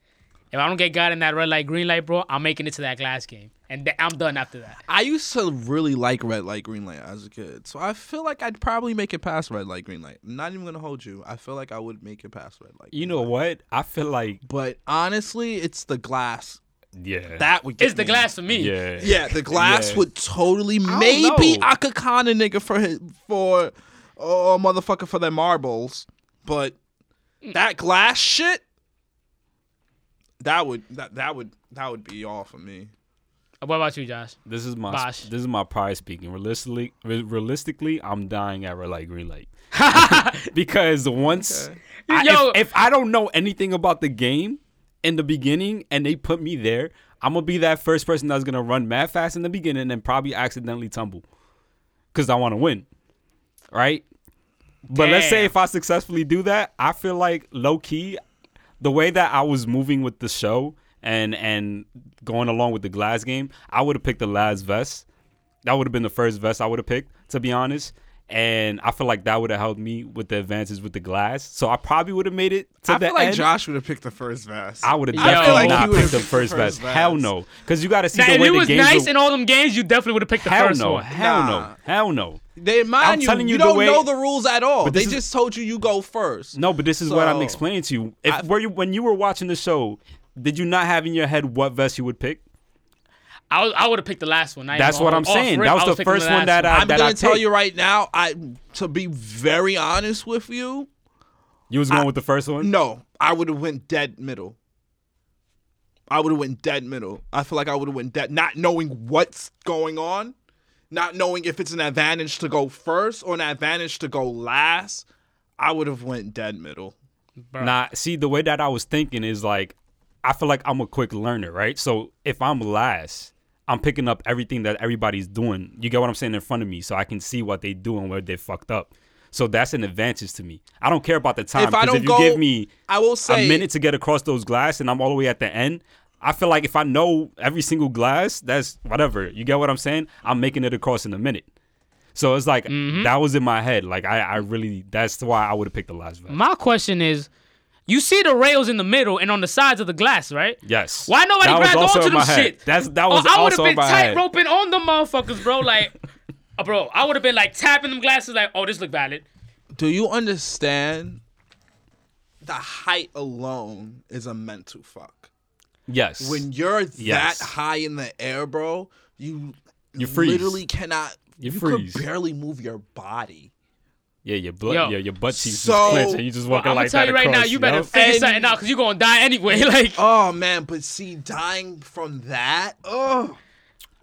Speaker 3: if I don't get got in that red light, green light, bro, I'm making it to that glass game, and th- I'm done after that.
Speaker 2: I used to really like red light, green light as a kid. So I feel like I'd probably make it past red light, green light. I'm not even gonna hold you. I feel like I would make it past red light.
Speaker 6: You know what? I feel like
Speaker 2: But honestly, it's the glass
Speaker 6: yeah,
Speaker 2: that would get
Speaker 3: It's the
Speaker 2: me.
Speaker 3: glass for me.
Speaker 6: yeah,
Speaker 2: Yeah, the glass
Speaker 6: Yeah.
Speaker 2: would totally.
Speaker 6: don't
Speaker 2: Maybe
Speaker 6: know.
Speaker 2: I could con a nigga for his, for oh motherfucker for their marbles, but that glass shit. That would that that would that would be all for me.
Speaker 3: Uh, What about you, Josh?
Speaker 6: This is my
Speaker 3: Bosh.
Speaker 6: this is my pride speaking. Realistically, re- realistically, I'm dying at red light, green light. because once I-
Speaker 3: Yo.
Speaker 6: if, if I don't know anything about the game in the beginning and they put me there, I'm gonna be that first person that's gonna run mad fast in the beginning and probably accidentally tumble because I want to win, right? But let's say
Speaker 3: Damn.
Speaker 6: if I successfully do that, I feel like low key, the way that I was moving with the show and and going along with the glass game, I would have picked the last vest. That would have been the first vest I would have picked, to be honest. And I feel like that would have helped me with the advances with the glass. So I probably would have made it to
Speaker 2: I
Speaker 6: the
Speaker 2: feel like
Speaker 6: end.
Speaker 2: Josh would have picked the first vest.
Speaker 6: I would have
Speaker 3: I feel
Speaker 6: definitely
Speaker 3: like he
Speaker 6: not
Speaker 2: would've
Speaker 6: picked the
Speaker 2: picked the
Speaker 6: first
Speaker 2: first
Speaker 6: vest. Hell
Speaker 2: vest.
Speaker 6: no, because you got to see
Speaker 3: Now,
Speaker 6: the
Speaker 3: if
Speaker 6: way
Speaker 3: you
Speaker 6: the
Speaker 3: was
Speaker 6: games.
Speaker 3: nice
Speaker 6: were-
Speaker 3: in all them games, you definitely would have picked the
Speaker 6: hell
Speaker 3: first
Speaker 6: no,
Speaker 3: one.
Speaker 6: hell
Speaker 2: Nah.
Speaker 6: no, hell no.
Speaker 2: They mind
Speaker 6: I'm
Speaker 2: you,
Speaker 6: telling you
Speaker 2: you
Speaker 6: the
Speaker 2: don't
Speaker 6: way-
Speaker 2: know the rules at all.
Speaker 6: But
Speaker 2: They
Speaker 6: this is-
Speaker 2: just told you you go first.
Speaker 6: No, but this is what I'm
Speaker 2: So,
Speaker 6: explaining to you. If were you when you were watching the show, did you not have in your head what vest you would pick?
Speaker 3: I, was- I would have picked the last one. I ain't
Speaker 6: That's
Speaker 3: gonna
Speaker 6: what
Speaker 3: hold
Speaker 6: I'm
Speaker 3: you. Off
Speaker 6: saying.
Speaker 3: rip,
Speaker 6: That was
Speaker 3: I
Speaker 6: the
Speaker 3: picking
Speaker 6: first one
Speaker 3: last
Speaker 6: that I
Speaker 2: I'm
Speaker 6: that
Speaker 2: gonna
Speaker 6: I
Speaker 2: tell
Speaker 6: picked.
Speaker 2: you right now. I to be very honest with you,
Speaker 6: You was going with the first one.
Speaker 2: no, I would have went dead middle. I would have went dead middle. I feel like I would have went dead, not knowing what's going on, not knowing if it's an advantage to go first or an advantage to go last. I would have went dead middle.
Speaker 6: Nah, see the way that I was thinking is like, I feel like I'm a quick learner, right? So if I'm last, I'm picking up everything that everybody's doing. You get what I'm saying in front of me, so I can see what they do and where they fucked up. So that's an advantage to me. I don't care about the time
Speaker 2: If I
Speaker 6: because if,
Speaker 2: don't
Speaker 6: you
Speaker 2: go,
Speaker 6: give me
Speaker 2: I will say
Speaker 6: a minute to get across those glass and I'm all the way at the end. I feel like if I know every single glass, that's whatever. You get what I'm saying? I'm making it across in a minute. So it's like
Speaker 2: Mm-hmm.
Speaker 6: that was in my head. Like I, I really that's why I would have picked the last vest.
Speaker 3: My question is, you see the rails in the middle and on the sides of the glass, right?
Speaker 6: Yes.
Speaker 3: Why nobody
Speaker 6: That was
Speaker 3: grabbed
Speaker 6: also
Speaker 3: onto
Speaker 6: in
Speaker 3: them
Speaker 6: my head.
Speaker 3: shit?
Speaker 6: That's that was
Speaker 3: oh, I would
Speaker 6: also
Speaker 3: have
Speaker 6: in
Speaker 3: been
Speaker 6: my
Speaker 3: tight
Speaker 6: head.
Speaker 3: roping on them motherfuckers, bro. Like, uh, bro, I would have been like tapping them glasses, like, oh, this look valid.
Speaker 2: Do you understand? The height alone is a mental fuck.
Speaker 6: Yes.
Speaker 2: When you're
Speaker 6: Yes.
Speaker 2: that high in the air, bro, you you
Speaker 6: freeze.
Speaker 2: literally cannot.
Speaker 6: You
Speaker 2: you
Speaker 6: freeze.
Speaker 2: could barely move your body.
Speaker 6: yeah, your blood,
Speaker 3: Yo.
Speaker 6: yeah, your butt cheeks
Speaker 2: So-
Speaker 6: is clenched and you just walking
Speaker 3: I'm
Speaker 6: like
Speaker 3: gonna tell
Speaker 6: that
Speaker 3: you right now,
Speaker 6: across,
Speaker 3: you better
Speaker 6: know?
Speaker 3: figure
Speaker 2: And-
Speaker 3: something out because you're gonna die anyway. Like,
Speaker 2: Oh man, but see, dying from that. Oh,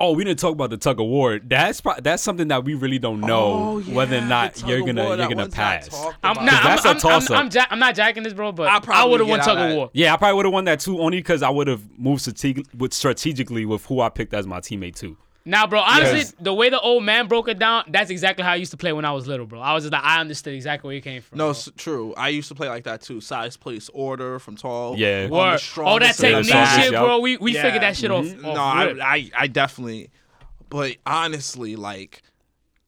Speaker 6: Oh, we didn't talk about the tug of war. That's pro- that's something that we really don't know
Speaker 2: Oh, yeah,
Speaker 6: whether or
Speaker 2: the
Speaker 6: not
Speaker 2: tug
Speaker 6: you're
Speaker 2: of
Speaker 6: gonna
Speaker 2: war,
Speaker 6: you're
Speaker 2: that
Speaker 6: gonna
Speaker 2: one's not
Speaker 6: pass.
Speaker 2: talked
Speaker 3: I'm
Speaker 2: about.
Speaker 3: not.
Speaker 6: that's a
Speaker 3: I'm, I'm, I'm,
Speaker 6: toss-up.
Speaker 3: I'm, ja- I'm not jacking this, bro. But
Speaker 2: I'll
Speaker 3: I
Speaker 2: probably
Speaker 3: would have
Speaker 2: get
Speaker 3: won
Speaker 2: out
Speaker 3: tug
Speaker 2: of
Speaker 3: of
Speaker 2: that.
Speaker 3: war.
Speaker 6: Yeah, I probably would have won that too, only because I would have moved strate- with strategically with who I picked as my teammate too.
Speaker 3: Now, bro, honestly,
Speaker 6: Yes.
Speaker 3: the way the old man broke it down, that's exactly how I used to play when I was little, bro. I was just like, I understood exactly where you came from.
Speaker 2: No,
Speaker 3: bro.
Speaker 2: it's true. I used to play like that too. Size, place, order from tall.
Speaker 6: Yeah.
Speaker 2: on the
Speaker 3: Word. All that
Speaker 2: strongest
Speaker 6: Yeah,
Speaker 3: technique
Speaker 2: of the side.
Speaker 3: shit,
Speaker 6: yeah.
Speaker 3: bro. We we
Speaker 2: Yeah.
Speaker 3: figured that shit off.
Speaker 2: No,
Speaker 3: off
Speaker 2: I,
Speaker 3: rip.
Speaker 2: I, I definitely. But honestly, like,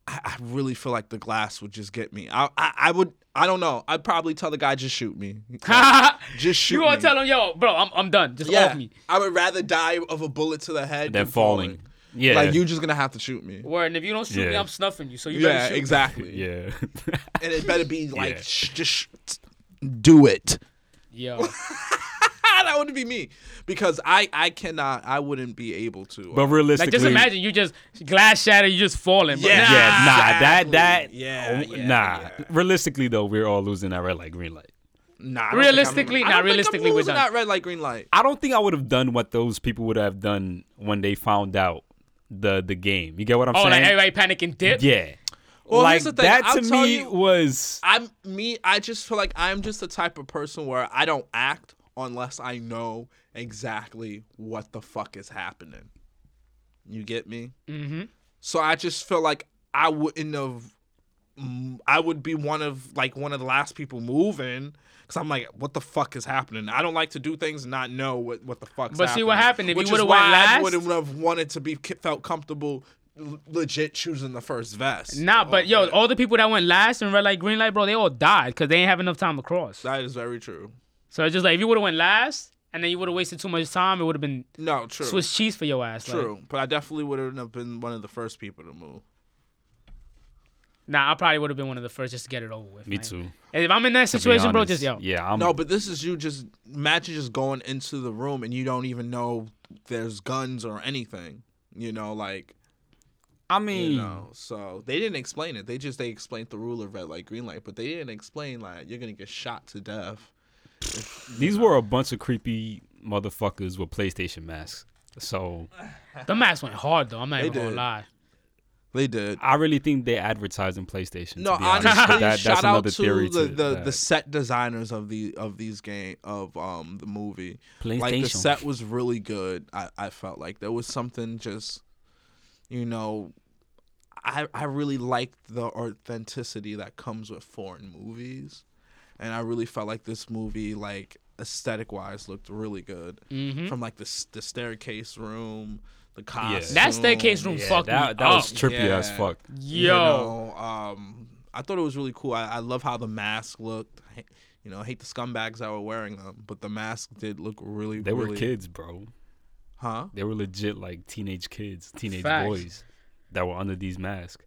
Speaker 2: I, I really feel like the glass would just get me. I, I, I would. I don't know. I'd probably tell the guy just shoot me. Like, just shoot.
Speaker 3: you gonna
Speaker 2: me.
Speaker 3: tell him, yo, bro, I'm, I'm done. Just
Speaker 2: Yeah.
Speaker 3: off me.
Speaker 2: I would rather die of a bullet to the head
Speaker 6: Than falling. Yeah.
Speaker 2: Like you just gonna have to shoot me.
Speaker 3: Word, and if you don't shoot me,
Speaker 6: Yeah.
Speaker 3: I'm snuffing you. So you
Speaker 2: Yeah,
Speaker 3: better shoot. me.
Speaker 2: exactly.
Speaker 6: Yeah.
Speaker 2: And it better be like
Speaker 6: Yeah.
Speaker 2: sh- just sh- do it.
Speaker 3: Yo,
Speaker 2: that wouldn't be me because I I cannot I wouldn't be able to.
Speaker 6: but realistically,
Speaker 3: like just imagine you just glass shatter, you just falling. Bro.
Speaker 2: Yeah.
Speaker 3: Nah.
Speaker 6: Yeah, nah, that
Speaker 2: Exactly.
Speaker 6: that
Speaker 2: Yeah,
Speaker 6: oh,
Speaker 2: yeah,
Speaker 6: nah.
Speaker 2: yeah.
Speaker 6: Realistically though, we're all losing that red light, green light.
Speaker 2: nah, I don't think I'm-
Speaker 3: Realistically,
Speaker 2: I don't
Speaker 3: nah,
Speaker 2: think I'm
Speaker 3: realistically, we're
Speaker 2: losing
Speaker 3: done.
Speaker 2: that red light, green light.
Speaker 6: I don't think I would have done what those people would have done when they found out the the game. You get what I'm
Speaker 3: Oh,
Speaker 6: saying?
Speaker 3: like everybody panic and dip.
Speaker 6: yeah.
Speaker 2: Well,
Speaker 6: like
Speaker 2: here's the thing,
Speaker 6: that
Speaker 2: I'll
Speaker 6: to
Speaker 2: tell
Speaker 6: me
Speaker 2: you-
Speaker 6: was
Speaker 2: I'm me. I just feel like I'm just the type of person where I don't act unless I know exactly what the fuck is happening. You get me? Mm-hmm. So I just feel like I wouldn't have. mm, I would be one of like one of the last people moving because I'm like, what the fuck is happening? I don't like to do things and not know what what the fuck's.
Speaker 3: But see
Speaker 2: happening.
Speaker 3: what happened, if you
Speaker 2: Which is
Speaker 3: would've went
Speaker 2: why
Speaker 3: last-
Speaker 2: I wouldn't have wanted to be felt comfortable, l- legit choosing the first vest.
Speaker 3: Nah, but yo,
Speaker 2: Okay.
Speaker 3: all the people that went last in red light, green light, bro, they all died because they ain't have enough time to cross.
Speaker 2: that is very true.
Speaker 3: So it's just like if you would have went last and then you would have wasted too much time, it would have been
Speaker 2: No, true.
Speaker 3: Swiss cheese for your ass. like.
Speaker 2: True, but I definitely wouldn't have been one of the first people to move.
Speaker 3: Nah, I probably would have been one of the first just to get it over with.
Speaker 6: me
Speaker 3: man.
Speaker 6: too. to
Speaker 3: And if I'm in that
Speaker 6: be
Speaker 3: situation, bro,
Speaker 6: honest.
Speaker 3: just yo.
Speaker 6: Yeah, I'm
Speaker 2: No, but this is you just imagine just going into the room and you don't even know there's guns or anything. You know, like
Speaker 6: I mean
Speaker 2: you know. So they didn't explain it. They just they explained the rule of red light, green light, but they didn't explain like you're gonna get shot to death.
Speaker 6: these were a bunch of creepy motherfuckers with PlayStation masks. So
Speaker 3: The mask went hard though. I'm not
Speaker 2: They
Speaker 3: even gonna
Speaker 2: did.
Speaker 3: lie.
Speaker 2: They did.
Speaker 6: I really think they advertise in PlayStation.
Speaker 2: No,
Speaker 6: to be honest, but
Speaker 2: honestly,
Speaker 6: that, that's
Speaker 2: shout out
Speaker 6: another
Speaker 2: to
Speaker 6: theory
Speaker 2: the
Speaker 6: to
Speaker 2: the, the
Speaker 6: that.
Speaker 2: set designers of the of these game of um the movie. Like
Speaker 6: PlayStation.
Speaker 2: the set was really good. I I felt like there was something just, you know, I I really liked the authenticity that comes with foreign movies, and I really felt like this movie like aesthetic wise looked really good
Speaker 6: Mm-hmm.
Speaker 2: from like the s- the staircase room, the costume.
Speaker 3: That staircase room
Speaker 6: Mm, Yeah,
Speaker 3: fucked me
Speaker 6: that, that was
Speaker 3: up.
Speaker 6: trippy
Speaker 2: Yeah.
Speaker 6: as fuck.
Speaker 3: Yo,
Speaker 2: you know, um, I thought it was really cool. I, I love how the mask looked. I, hate- you know, I hate the scumbags that were wearing them, but the mask did look really.
Speaker 6: They were
Speaker 2: really-
Speaker 6: kids, bro.
Speaker 2: huh?
Speaker 6: They were legit like teenage kids, teenage
Speaker 3: Facts.
Speaker 6: boys that were under these masks.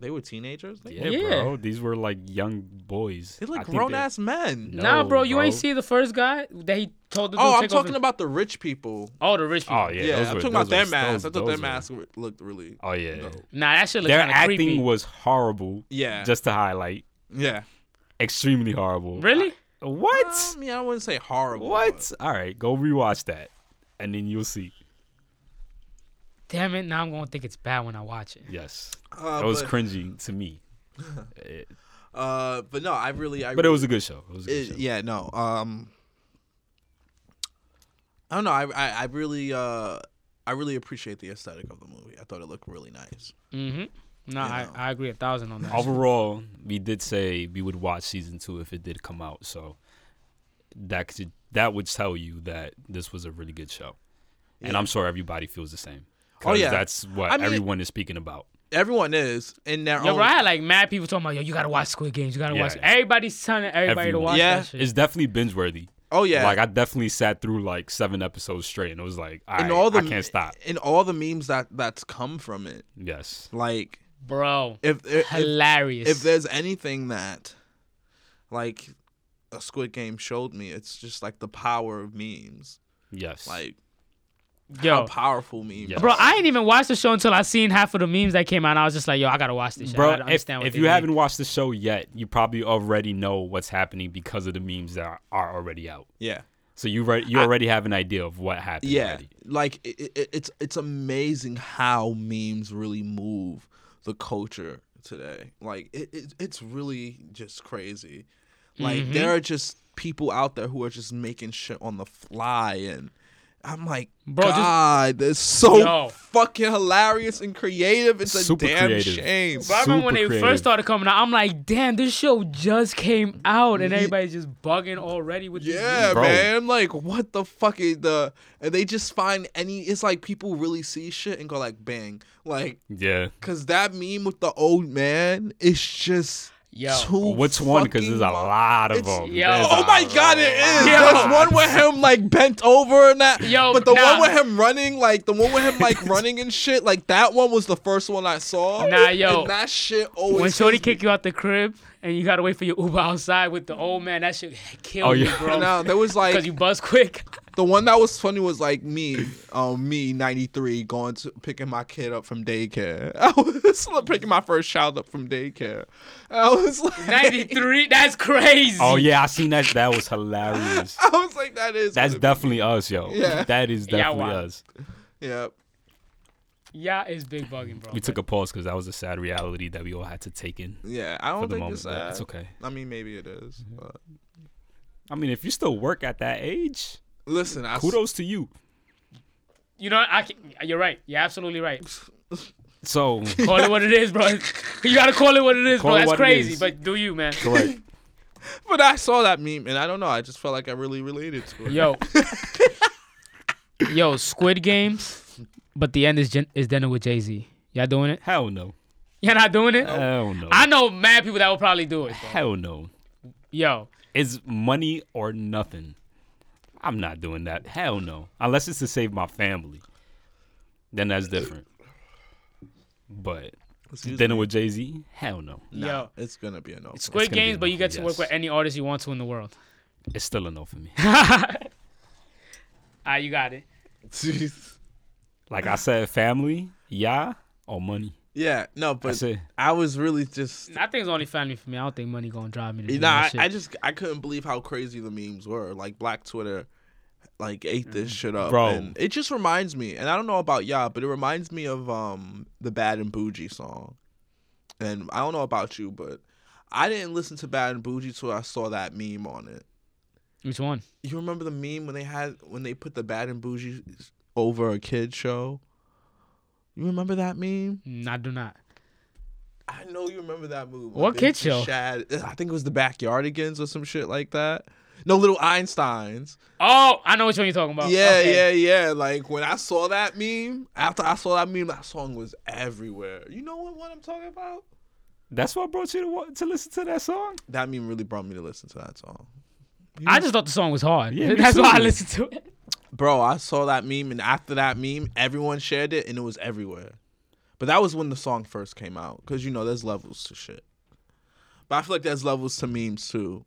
Speaker 2: They were teenagers. They,
Speaker 6: Yeah,
Speaker 3: Yeah.
Speaker 6: bro. These were like young boys.
Speaker 2: they
Speaker 6: I
Speaker 2: look
Speaker 6: think
Speaker 2: grown
Speaker 6: they-
Speaker 2: ass men.
Speaker 6: No,
Speaker 3: nah, bro, you ain't
Speaker 6: bro.
Speaker 3: see the first guy that he told the dude
Speaker 2: Oh, I'm
Speaker 3: take off
Speaker 2: talking
Speaker 3: his-
Speaker 2: about the rich people.
Speaker 3: all the rich people.
Speaker 6: Oh yeah,
Speaker 2: Yeah,
Speaker 6: those
Speaker 2: I'm
Speaker 6: were-
Speaker 2: talking about
Speaker 6: those
Speaker 2: their
Speaker 6: were-
Speaker 2: masks. I
Speaker 6: those-
Speaker 2: thought their
Speaker 6: those were-
Speaker 2: masks were- looked really.
Speaker 6: Oh yeah,
Speaker 2: dope.
Speaker 3: Nah, that shit look
Speaker 6: their
Speaker 3: kind of
Speaker 6: acting
Speaker 3: creepy.
Speaker 6: was horrible.
Speaker 2: Yeah.
Speaker 6: just to highlight,
Speaker 2: Yeah.
Speaker 6: extremely horrible.
Speaker 3: really?
Speaker 6: I- what?
Speaker 2: I mean, Um, I wouldn't say horrible.
Speaker 6: What? All right, go rewatch that, and then you'll see.
Speaker 3: Damn it! Now I'm gonna think it's bad when I watch it.
Speaker 6: Yes,
Speaker 2: but- Uh,
Speaker 6: that was
Speaker 2: but,
Speaker 6: cringy to me,
Speaker 2: uh, but no, I really, I
Speaker 6: but it
Speaker 2: really-
Speaker 6: was a good show. It was a good
Speaker 2: it-
Speaker 6: show.
Speaker 2: yeah, no. Um, I don't know. I, I, I really, uh, I really appreciate the aesthetic of the movie. I thought it looked really nice.
Speaker 3: Mm-hmm. No, I, I agree a thousand on that.
Speaker 6: Overall, we did say we would watch season two if it did come out, so that could, that would tell you that this was a really good show, and I'm sure everybody feels the same. 'cause
Speaker 2: Oh, yeah.
Speaker 6: that's what
Speaker 2: I mean-
Speaker 6: everyone is speaking about.
Speaker 2: Everyone is in their
Speaker 3: Yo,
Speaker 2: own.
Speaker 3: bro, I had like mad people talking about yo, you gotta watch Squid Games, you gotta
Speaker 6: Yeah,
Speaker 3: watch.
Speaker 6: oh. yeah.
Speaker 3: Everybody's telling everybody to
Speaker 6: Everyone.
Speaker 3: watch
Speaker 2: Yeah,
Speaker 3: that shit.
Speaker 6: It's definitely binge worthy.
Speaker 2: Oh yeah,
Speaker 6: Like I definitely sat through like seven episodes straight, and it was like,
Speaker 2: in
Speaker 6: I,
Speaker 2: all the
Speaker 6: I can't stop.
Speaker 2: in all the memes that that's come from it.
Speaker 6: Yes,
Speaker 2: Like
Speaker 3: bro,
Speaker 2: if if, if,
Speaker 3: hilarious.
Speaker 2: if there's anything that like a Squid Game showed me, it's just like the power of memes.
Speaker 6: yes.
Speaker 2: Like how
Speaker 3: yo,
Speaker 2: powerful memes.
Speaker 6: Yeah.
Speaker 2: are.
Speaker 3: bro, I didn't even watch the show until I seen half of the memes that came out. And I was just like, yo, I gotta watch this. Shit. I
Speaker 6: bro,
Speaker 3: gotta
Speaker 6: if,
Speaker 3: understand what
Speaker 6: if
Speaker 3: they
Speaker 6: you
Speaker 3: mean.
Speaker 6: haven't watched the show yet, you probably already know what's happening because of the memes that are, are already out.
Speaker 2: Yeah.
Speaker 6: So you re- you already have an idea of what happened.
Speaker 2: Yeah,
Speaker 6: already.
Speaker 2: like it, it, it's it's amazing how memes really move the culture today. Like it, it it's really just crazy. Like
Speaker 3: Mm-hmm.
Speaker 2: there are just people out there who are just making shit on the fly, and I'm like,
Speaker 3: Bro, just-
Speaker 2: God, that's so
Speaker 3: Yo.
Speaker 2: fucking hilarious and creative. It's a
Speaker 6: Super
Speaker 2: damn
Speaker 6: creative.
Speaker 2: shame.
Speaker 3: But I remember when they
Speaker 6: super creative.
Speaker 3: first started coming out, I'm like, damn, this show just came out and everybody's just bugging already with these
Speaker 2: Yeah,
Speaker 6: Bro.
Speaker 2: man. I'm like, what the fuck is the? And they just find any. It's like people really see shit and go like, bang, like.
Speaker 6: Yeah.
Speaker 2: Cause that meme with the old man is just
Speaker 3: Yo.
Speaker 2: too.
Speaker 6: Which one? Because
Speaker 2: fucking
Speaker 6: there's a
Speaker 2: mu-
Speaker 6: lot of
Speaker 2: It's-
Speaker 6: them.
Speaker 3: Yo.
Speaker 6: There's
Speaker 2: Oh
Speaker 6: a
Speaker 2: my god, it is.
Speaker 3: Yo.
Speaker 2: There's one with him like bent over and that.
Speaker 3: Yo,
Speaker 2: but the
Speaker 3: nah.
Speaker 2: one with him running, like the one with him like running and shit, like that one was the first one I saw.
Speaker 3: Nah, yo.
Speaker 2: And that shit
Speaker 3: When
Speaker 2: always.
Speaker 3: Shorty kick you out the crib and you gotta wait for your Uber outside with the old man, that shit killed
Speaker 6: Oh,
Speaker 3: me,
Speaker 6: yeah.
Speaker 3: bro.
Speaker 2: Now there was like
Speaker 3: Cause you buzz quick.
Speaker 2: the one that was funny was like me, um, me ninety three going to picking my kid up from daycare. I was picking my first child up from daycare. I was like
Speaker 3: 93, that's crazy.
Speaker 6: Oh yeah, I seen that. That was hilarious.
Speaker 2: I was like, that is.
Speaker 6: That's
Speaker 2: gonna be-
Speaker 6: definitely us, yo.
Speaker 2: Yeah.
Speaker 6: That is
Speaker 3: Yeah,
Speaker 6: definitely
Speaker 3: wow.
Speaker 6: us.
Speaker 2: Yep.
Speaker 3: Yeah, it's big bugging, bro.
Speaker 6: We took a pause because that was a sad reality that we all had to take in.
Speaker 2: Yeah, I don't
Speaker 6: the
Speaker 2: think
Speaker 6: moment,
Speaker 2: it's
Speaker 6: but
Speaker 2: that.
Speaker 6: it's okay. Mm-hmm.
Speaker 2: I mean, maybe it is. But
Speaker 6: I mean, if you still work at that age,
Speaker 2: listen, I s-
Speaker 6: kudos to you.
Speaker 3: You know, I can, you're right. You're absolutely right.
Speaker 6: So
Speaker 3: Call it what it is, bro. You gotta call it what it is,
Speaker 6: Call it
Speaker 3: bro. That's
Speaker 6: what it
Speaker 3: crazy.
Speaker 6: is.
Speaker 3: But do you, man?
Speaker 6: correct.
Speaker 2: but I saw that meme and I don't know. I just felt like I really related to it.
Speaker 3: Yo, yo, Squid Games, but the end is gen- is dinner with Jay Z. Y'all doing it?
Speaker 6: Hell no.
Speaker 3: Y'all not doing it?
Speaker 6: Hell no.
Speaker 3: I know mad people that will probably do it.
Speaker 6: Hell no.
Speaker 3: Yo,
Speaker 6: It's money or nothing. I'm not doing that. Hell no. Unless it's to save my family. Then that's different. But
Speaker 2: Excuse
Speaker 6: dinner with Jay Z? Hell no.
Speaker 2: Nah,
Speaker 3: yo,
Speaker 2: it's gonna be a no.
Speaker 3: Squid
Speaker 6: gonna be
Speaker 3: Games, but you get to
Speaker 6: awful,
Speaker 3: work
Speaker 6: yes.
Speaker 3: with any artist you want to in the world.
Speaker 6: It's still a no for me.
Speaker 3: Ah, you got it.
Speaker 6: Like I said, family, yeah, or money.
Speaker 2: yeah, no, but
Speaker 6: That's it.
Speaker 2: I was really just.
Speaker 3: I think it's only family for me. I don't think money gonna drive me to do
Speaker 2: Nah, I,
Speaker 3: that shit.
Speaker 2: I just I couldn't believe how crazy the memes were. Like Black Twitter, like ate this shit up,
Speaker 6: Mm. Bro.
Speaker 2: And it just reminds me, and I don't know about y'all, but it reminds me of um the Bad and Bougie song. And I don't know about you, but I didn't listen to Bad and Bougie till I saw that meme on it.
Speaker 3: Which one?
Speaker 2: You remember the meme when they had when they put the Bad and Bougie over a kid show? You remember that meme?
Speaker 3: Mm, I do not.
Speaker 2: I know you remember that movie.
Speaker 3: What
Speaker 2: Big
Speaker 3: kid
Speaker 2: to
Speaker 3: show?
Speaker 2: Shad. I think it was the Backyardigans or some shit like that. No, Little Einsteins.
Speaker 3: Oh, I know which one you're talking about.
Speaker 2: yeah,
Speaker 3: Okay.
Speaker 2: yeah, yeah. Like when I saw that meme, after I saw that meme, that song was everywhere. You know what, what I'm talking about?
Speaker 6: That's what brought you to wa- to listen to that song.
Speaker 2: That meme really brought me to listen to that song.
Speaker 3: I just thought the song was hard.
Speaker 6: Yeah, me
Speaker 3: That's why I
Speaker 6: too.
Speaker 3: listened to it.
Speaker 2: Bro, I saw that meme, and after that meme, everyone shared it, and it was everywhere. But that was when the song first came out, because you know there's levels to shit. But I feel like there's levels to memes too.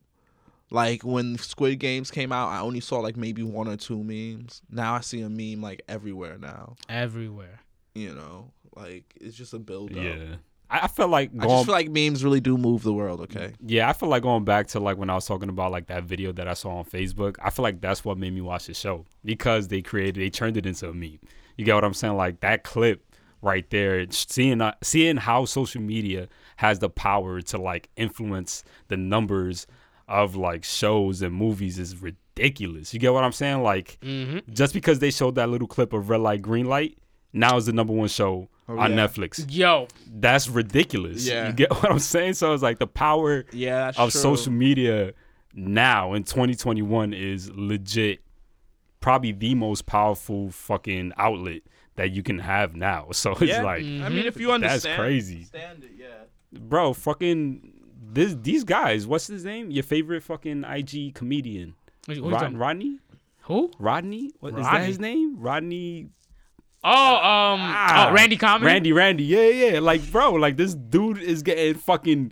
Speaker 2: Like when Squid Games came out, I only saw like maybe one or two memes. Now I see a meme like everywhere now.
Speaker 3: Everywhere.
Speaker 2: You know, like it's just a build up.
Speaker 6: Yeah, uh, I, I feel like
Speaker 2: I
Speaker 6: going.
Speaker 2: just feel like memes really do move the world. Okay.
Speaker 6: yeah, I feel like going back to like when I was talking about like that video that I saw on Facebook. I feel like that's what made me watch the show because they created, they turned it into a meme. You get what I'm saying? Like that clip right there, seeing uh, seeing how social media has the power to like influence the numbers of like shows and movies is ridiculous. You get what I'm saying? Like
Speaker 2: Mm-hmm.
Speaker 6: just because they showed that little clip of Red Light Green Light, now is the number one show on
Speaker 2: Oh, yeah.
Speaker 6: Netflix.
Speaker 3: Yo,
Speaker 6: that's ridiculous.
Speaker 2: Yeah.
Speaker 6: You get what I'm saying? So it's like the power
Speaker 2: Yeah, that's
Speaker 6: of
Speaker 2: true.
Speaker 6: social media now in 2021 is legit probably the most powerful fucking outlet that you can have now. So it's
Speaker 2: Yeah.
Speaker 6: like,
Speaker 3: Mm-hmm.
Speaker 2: I mean, if you understand,
Speaker 6: crazy.
Speaker 2: Stand it, yeah.
Speaker 6: bro, fucking this these guys. What's his name? Your favorite fucking IG comedian,
Speaker 3: Wait, what you
Speaker 6: Rod,
Speaker 3: talking-
Speaker 6: Rodney?
Speaker 3: Who?
Speaker 6: Rodney? What, is that
Speaker 3: Rodney?
Speaker 6: his name? Rodney?
Speaker 3: Oh, um,
Speaker 6: Ah,
Speaker 3: oh, Randy Comedy.
Speaker 6: Randy, Randy. Yeah, yeah. Like, bro, like this dude is getting fucking